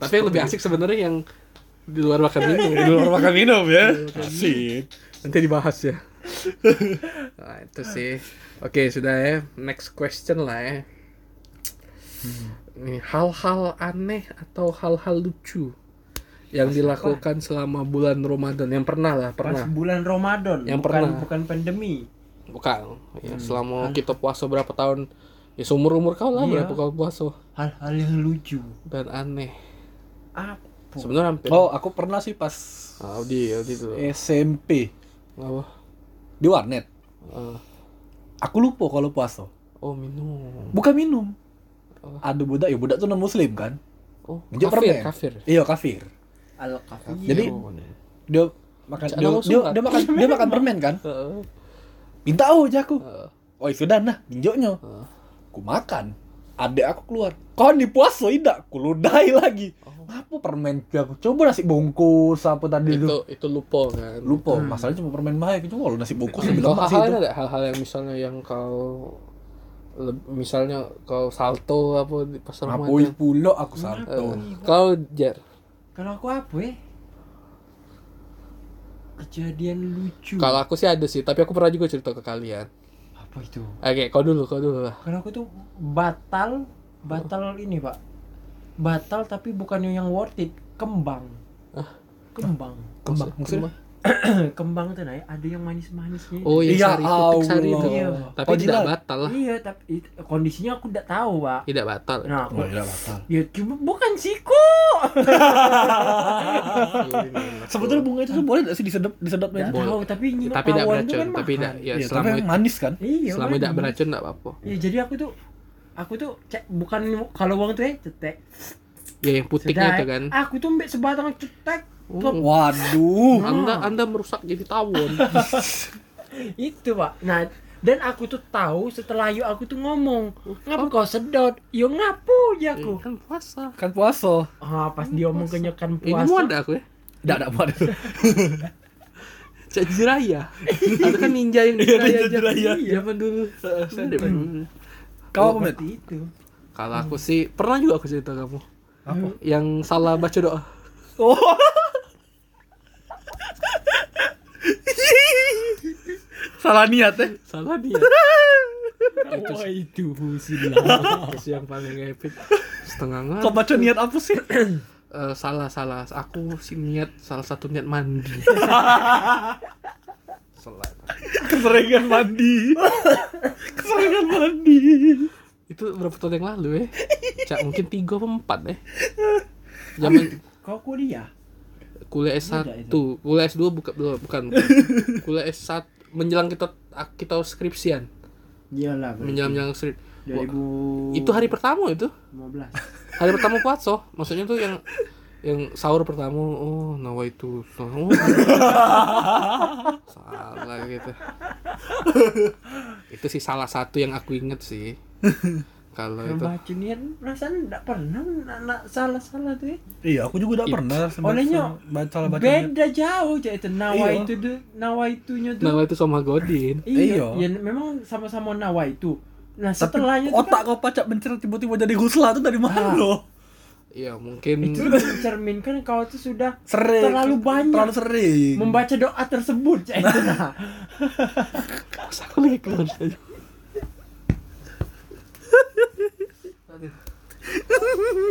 Speaker 1: Tapi yang lebih asik sebenarnya yang di luar makan minum.
Speaker 3: di luar makan minum ya asik
Speaker 1: Nanti dibahas ya. *laughs* nah, itu sih. Oke, sudah ya. Next question lah ya. Hmm. Nih, hal-hal aneh atau hal-hal lucu yang dilakukan selama bulan Ramadan yang pernah lah,
Speaker 2: Pas
Speaker 1: pernah.
Speaker 2: bulan Ramadan,
Speaker 1: Nah. Yang
Speaker 2: bukan
Speaker 1: pernah.
Speaker 2: bukan pandemi.
Speaker 1: Bukan. Ya, selama kita puasa berapa tahun? Ya seumur umur kau lah
Speaker 2: Iya.
Speaker 1: berapa kau puasa
Speaker 2: Hal-hal yang lucu.
Speaker 1: dan aneh.
Speaker 2: Apa?
Speaker 1: Sebenarnya hampir. Ah,
Speaker 3: oh aku pernah sih pas
Speaker 1: Audi, Audi dulu.
Speaker 3: SMP
Speaker 1: Apa?
Speaker 3: di warnet
Speaker 1: Eh,
Speaker 3: aku lupa kalau puasa
Speaker 1: oh minum.
Speaker 3: bukan minum
Speaker 1: Oh.
Speaker 3: ada budak ya budak tuh non muslim kan
Speaker 1: Oh,
Speaker 3: Dia
Speaker 1: kafir,
Speaker 3: pernah.
Speaker 1: kafir.
Speaker 3: iya kafir
Speaker 2: Al kafir.
Speaker 3: Jadi-
Speaker 1: Oh, aneh.
Speaker 3: dia makan
Speaker 1: Cak
Speaker 3: dia,
Speaker 1: Nawang
Speaker 3: dia,
Speaker 1: suka.
Speaker 3: dia makan dia makan permen kan
Speaker 1: Heeh.
Speaker 3: minta aja aku
Speaker 1: Heeh.
Speaker 3: oh sudah nah minjoknya
Speaker 1: Heeh.
Speaker 3: ku makan adek aku keluar kau di puasa tidak ku ludai lagi
Speaker 1: Oh.
Speaker 3: apa permen aku coba nasi bungkus apa tadi
Speaker 1: itu
Speaker 3: itu
Speaker 1: itu lupa kan
Speaker 3: lupa masalahnya cuma permen baik cuma kalau nasi bungkus lebih
Speaker 1: kalau
Speaker 3: lemak sih
Speaker 1: hal-hal
Speaker 3: itu
Speaker 1: ada hal-hal yang misalnya yang kau leb- misalnya kau salto apa di pasar Ramadan
Speaker 3: Ngapui pulo aku
Speaker 1: Eh,
Speaker 3: salto
Speaker 1: kau jar
Speaker 2: Kalau aku apa ya? Kejadian lucu.
Speaker 1: kalau aku sih ada sih tapi aku pernah juga cerita ke kalian
Speaker 2: Apa itu?
Speaker 1: oke kau dulu kau dulu lah
Speaker 2: Kalau aku tuh batal, batal ini pak, batal tapi bukan yang worth it, kembang, kembang, Eh,
Speaker 3: Kembang, maksudnya?
Speaker 2: kembang tuh naik ada yang manis-manisnya.
Speaker 1: oh iya
Speaker 3: Ya
Speaker 1: sari tutik sari itu
Speaker 2: Allah.
Speaker 1: tapi
Speaker 3: Oh,
Speaker 1: tidak
Speaker 3: jilat.
Speaker 1: batal lah
Speaker 2: Iya tapi it- kondisinya aku tidak tahu pak.
Speaker 1: tidak batal
Speaker 2: Nah, aku,
Speaker 3: Oh, iya, batal.
Speaker 2: ya cuma bukan siku.
Speaker 3: sebetulnya bunga itu tuh boleh nggak sih disedot disedot men?
Speaker 2: Tidak
Speaker 1: Boleh.
Speaker 2: tahu tapi nyerap
Speaker 1: Ya, tapi tidak
Speaker 2: awan tuh
Speaker 1: beracun
Speaker 2: kan
Speaker 1: tapi tidak
Speaker 2: mahal.
Speaker 1: ya
Speaker 3: Iya,
Speaker 1: selama
Speaker 3: tapi yang manis kan
Speaker 2: Iya.
Speaker 1: selama
Speaker 2: kan?
Speaker 1: tidak beracun tidak apa-apa
Speaker 2: Iya jadi aku tuh aku tuh cek bukan kalau uang tuh ya cetek.
Speaker 1: ya yang putiknya
Speaker 2: Sedai.
Speaker 1: itu kan
Speaker 2: Aku tuh mbak sebatang cetek.
Speaker 1: Oh.
Speaker 3: waduh
Speaker 1: anda anda merusak jadi tawon
Speaker 2: Itu pak. Nah dan aku tuh tahu setelah yuk aku tuh ngomong ngapa kau sedot? Yo ngapu ya aku.
Speaker 1: kan puasa
Speaker 3: kan puasa
Speaker 2: Ah pas dia ngomong kenyakan
Speaker 1: Ini
Speaker 2: puasa.
Speaker 1: mau ada aku ya?
Speaker 3: tidak ada buat
Speaker 1: *laughs*
Speaker 3: itu
Speaker 1: Cak Jiraya. Ada kan ninja yang *laughs* di Jiraya.
Speaker 3: ninja Jiraya.
Speaker 1: Zaman- Zaman dulu. Hmm.
Speaker 3: kau apa Met?
Speaker 2: Seperti Oh, itu.
Speaker 1: Kalau aku sih pernah juga aku cerita kamu.
Speaker 3: Apa?
Speaker 1: Yang salah baca doa.
Speaker 3: salah niat ya
Speaker 1: Salah dia.
Speaker 2: Itu itu sih
Speaker 1: Itu yang paling epic. Setengah
Speaker 3: kau
Speaker 1: ngan.
Speaker 3: baca niat apa sih
Speaker 1: Eh, salah salah. Aku sih niat salah satu niat mandi. salah.
Speaker 3: keseringan mandi keseringan mandi
Speaker 1: Itu berapa tahun yang lalu ya? Cak mungkin tiga atau empat deh. Zaman
Speaker 2: Kau kuliah?
Speaker 1: kuliah S1, kuliah S2 buka, belum, bukan. bukan. kuliah S1 menjelang kita kita skripsian,
Speaker 2: Iyalah.
Speaker 1: menjelang menjelang skrip. Wah,
Speaker 2: 2015.
Speaker 1: Itu hari pertama itu. hari pertama puasa maksudnya tuh yang yang sahur pertama oh nawa itu oh. salah gitu itu sih salah satu yang aku inget sih kalau itu
Speaker 2: Rumah Junian perasaan nggak pernah anak salah-salah tuh ya.
Speaker 3: *clears throat* Iya, aku juga udah pernah sama
Speaker 2: Olehnya
Speaker 3: baca baca.
Speaker 2: Beda jauh aja itu nawa
Speaker 3: Iya.
Speaker 2: itu tuh, nawa itunya tuh.
Speaker 1: nawa itu sama godin
Speaker 2: Iya,
Speaker 3: Iya.
Speaker 2: ya memang sama-sama nawa itu. Nah,
Speaker 3: Tapi
Speaker 2: setelahnya tuh
Speaker 3: otak
Speaker 2: kan
Speaker 3: kau pacak mencer tiba-tiba jadi gusla tuh dari mana lo?
Speaker 1: ya mungkin
Speaker 2: itu mencerminkan kau tuh sudah
Speaker 3: Sering.
Speaker 2: Terlalu banyak.
Speaker 3: Terlalu sering.
Speaker 2: membaca doa tersebut *laughs* Cak Etna.
Speaker 1: Pas aku lagi keluar aja.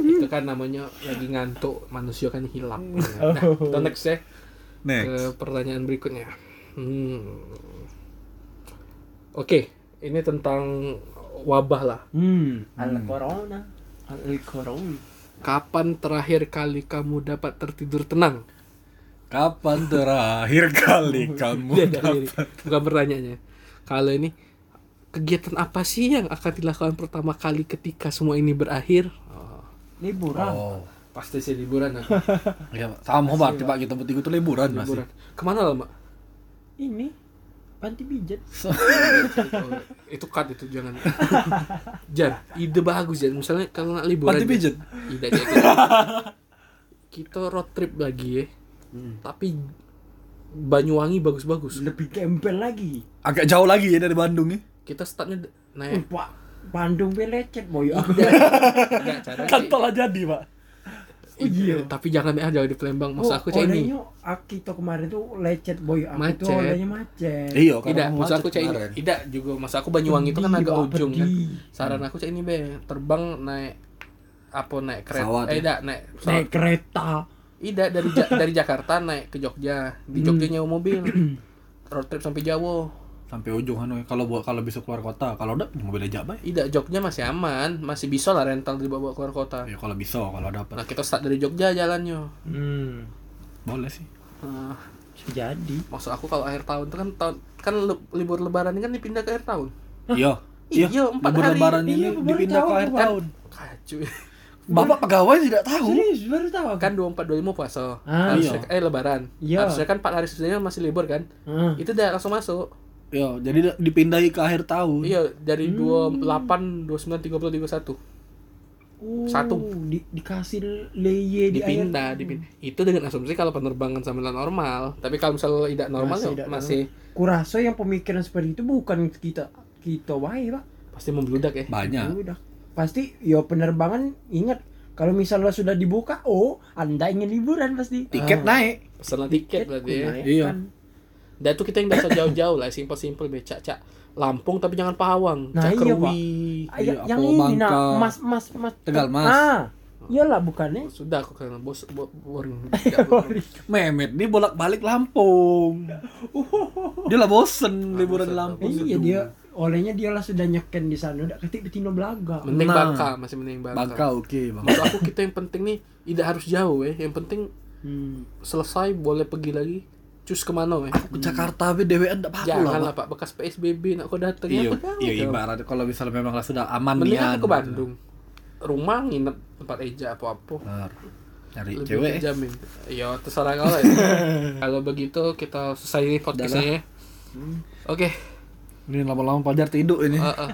Speaker 1: itu kan namanya lagi ngantuk manusia kan hilap nah, kita next ya ke
Speaker 3: Next.
Speaker 1: pertanyaan berikutnya hmm. oke ini tentang wabah lah
Speaker 2: Hmm, al corona, al corona.
Speaker 1: kapan terakhir kali kamu dapat tertidur tenang
Speaker 3: Kapan terakhir kali kamu
Speaker 1: Dia dari-
Speaker 3: Oh, dapat?
Speaker 1: bukan pertanyaannya kalau ini kegiatan apa sih yang akan dilakukan pertama kali ketika semua ini berakhir Oh,
Speaker 2: Liburan.
Speaker 3: Oh,
Speaker 1: pasti sih liburan ya, aku.
Speaker 3: iya, Pak. sama berarti Pak kita bertiga tuh liburan masih.
Speaker 1: liburan kemana lah
Speaker 3: *laughs*
Speaker 1: mak
Speaker 2: Ini panti pijat.
Speaker 1: Oh, itu cut itu jangan jan ide bagus jan misalnya kalau nak liburan
Speaker 3: Panti
Speaker 1: Jan.
Speaker 3: pijet.
Speaker 1: Ide aja kita. kita road trip lagi ya tapi Banyuwangi bagus-bagus
Speaker 2: Lebih gembel lagi.
Speaker 3: Agak jauh lagi ya dari Bandung nih.
Speaker 1: kita startnya d- naik
Speaker 2: Pak Bandung belecet *laughs* boy.
Speaker 1: Enggak, caranya-
Speaker 3: Kantol aja di Pak.
Speaker 2: Oh,
Speaker 1: Iya. Tapi jangan ah jangan di Palembang. Maksud aku cek ini.
Speaker 2: olehnya Oh, Akito kemarin tuh lecet boy. Aku tuh
Speaker 1: Macet.
Speaker 2: olehnya macet.
Speaker 3: Iya,
Speaker 1: Tidak, maksud aku cek ini.
Speaker 3: kemarin.
Speaker 1: Tidak juga maksud aku Banyuwangi itu kan
Speaker 2: Pedih,
Speaker 1: agak
Speaker 2: Pak,
Speaker 1: ujung kan.
Speaker 2: pedih.
Speaker 1: Saran aku cek ini be, terbang naik apa naik kereta?
Speaker 3: Pesawat,
Speaker 1: eh
Speaker 3: ya?
Speaker 1: tidak, naik pesawat.
Speaker 2: Naik kereta.
Speaker 1: Ida dari Ja- dari Jakarta naik ke Jogja. Di Jogja nyewa mobil. Road trip sampai Jawa.
Speaker 3: Sampai ujung kan woy. kalau buat kalau bisa keluar kota, kalau udah punya mobil aja Pak.
Speaker 1: Ida Jogja masih aman, masih bisa lah rental dibawa keluar kota.
Speaker 3: Ya kalau bisa, kalau dapat
Speaker 1: Nah, kita start dari Jogja jalannya.
Speaker 2: Hmm.
Speaker 3: boleh sih.
Speaker 1: Nah,
Speaker 2: bisa Jadi.
Speaker 1: maksud aku kalau akhir tahun itu kan tahun kan le- libur lebaran ini kan dipindah ke akhir tahun.
Speaker 3: Iya.
Speaker 1: Iya, empat
Speaker 3: libur
Speaker 1: hari.
Speaker 3: lebaran ini
Speaker 2: Iya, baru
Speaker 3: dipindah ke
Speaker 2: tahu,
Speaker 3: akhir
Speaker 2: Pak.
Speaker 3: tahun.
Speaker 2: *laughs*
Speaker 1: Kacau.
Speaker 3: Bapak pegawai tidak tahu.
Speaker 2: Serius baru tahu aku.
Speaker 1: Kan 24 25 puasa.
Speaker 2: Ah,
Speaker 1: Harusnya
Speaker 3: iya.
Speaker 1: eh lebaran.
Speaker 2: Iya.
Speaker 1: Harusnya kan 4 hari sisanya masih libur kan.
Speaker 2: Ah.
Speaker 1: Itu udah langsung masuk.
Speaker 3: Iya, jadi da- dipindahi ke akhir tahun.
Speaker 1: Iya, dari
Speaker 2: Hmm.
Speaker 1: 28 29 30 31.
Speaker 2: Oh,
Speaker 1: Satu.
Speaker 2: di, dikasih layer di air.
Speaker 1: dipindah dipindah itu dengan asumsi kalau penerbangan sambil normal tapi kalau misalnya tidak normal
Speaker 2: Masih
Speaker 1: masih,
Speaker 2: tidak
Speaker 1: masih
Speaker 2: Hmm. Kurasa yang pemikiran seperti itu bukan kita kita wae pak.
Speaker 1: pasti membludak ya
Speaker 3: Banyak.
Speaker 2: Udah. Pasti yo penerbangan ingat kalau misalnya sudah dibuka, oh anda ingin liburan pasti. Ah,
Speaker 3: Tiket
Speaker 1: Ah.
Speaker 3: naik.
Speaker 1: pesanan tiket berarti ya
Speaker 2: naik,
Speaker 3: Iya.
Speaker 2: kan.
Speaker 1: dan itu kita yang biasa jauh-jauh lah simpel simpel becak cak Lampung tapi jangan Pawang
Speaker 2: Nah,
Speaker 1: cak
Speaker 2: iya,
Speaker 1: Kerwi
Speaker 2: Ah, ya-
Speaker 3: Iya,
Speaker 2: yang
Speaker 3: apa,
Speaker 2: ini
Speaker 3: Bangka.
Speaker 2: nah, mas mas mas.
Speaker 3: Tegal Mas.
Speaker 2: Ah, iyalah bukannya.
Speaker 1: sudah aku kenal bos bo- boring
Speaker 3: Mehmet dia bolak-balik Lampung. Dia lah Ah, bosen liburan
Speaker 1: bosen,
Speaker 3: Lampung.
Speaker 2: Iya dia olehnya dialah sudah nyeken di sana udah ketik betino belaga.
Speaker 1: mending
Speaker 3: Nah.
Speaker 1: Bangka masih mending Bangka
Speaker 3: Bangka oke, Bangka.
Speaker 1: maksud aku kita yang penting nih tidak harus jauh ya yang penting
Speaker 2: Hmm.
Speaker 1: selesai boleh pergi lagi cus kemana ya
Speaker 3: Ke Jakarta be dewean enggak apa-apa lah.
Speaker 1: jangan lah
Speaker 3: Pak.
Speaker 1: pak bekas PSBB nak kau datang
Speaker 3: Iya,
Speaker 1: apa kau
Speaker 3: iya
Speaker 1: tahu?
Speaker 3: ibarat kalau misalnya memang lah sudah aman
Speaker 1: Mending
Speaker 3: nian,
Speaker 1: aku ke
Speaker 3: gitu.
Speaker 1: Bandung. Rumah nginep tempat eja apa-apa.
Speaker 3: Benar. Cari
Speaker 1: Lebih
Speaker 3: cewek.
Speaker 1: terjamin. Iya, terserah kau lah. ya. Kalau begitu kita selesai ini podcastnya ya. Oke. eh,
Speaker 3: Ini lama-lama pajar tidur ini.
Speaker 1: Heeh.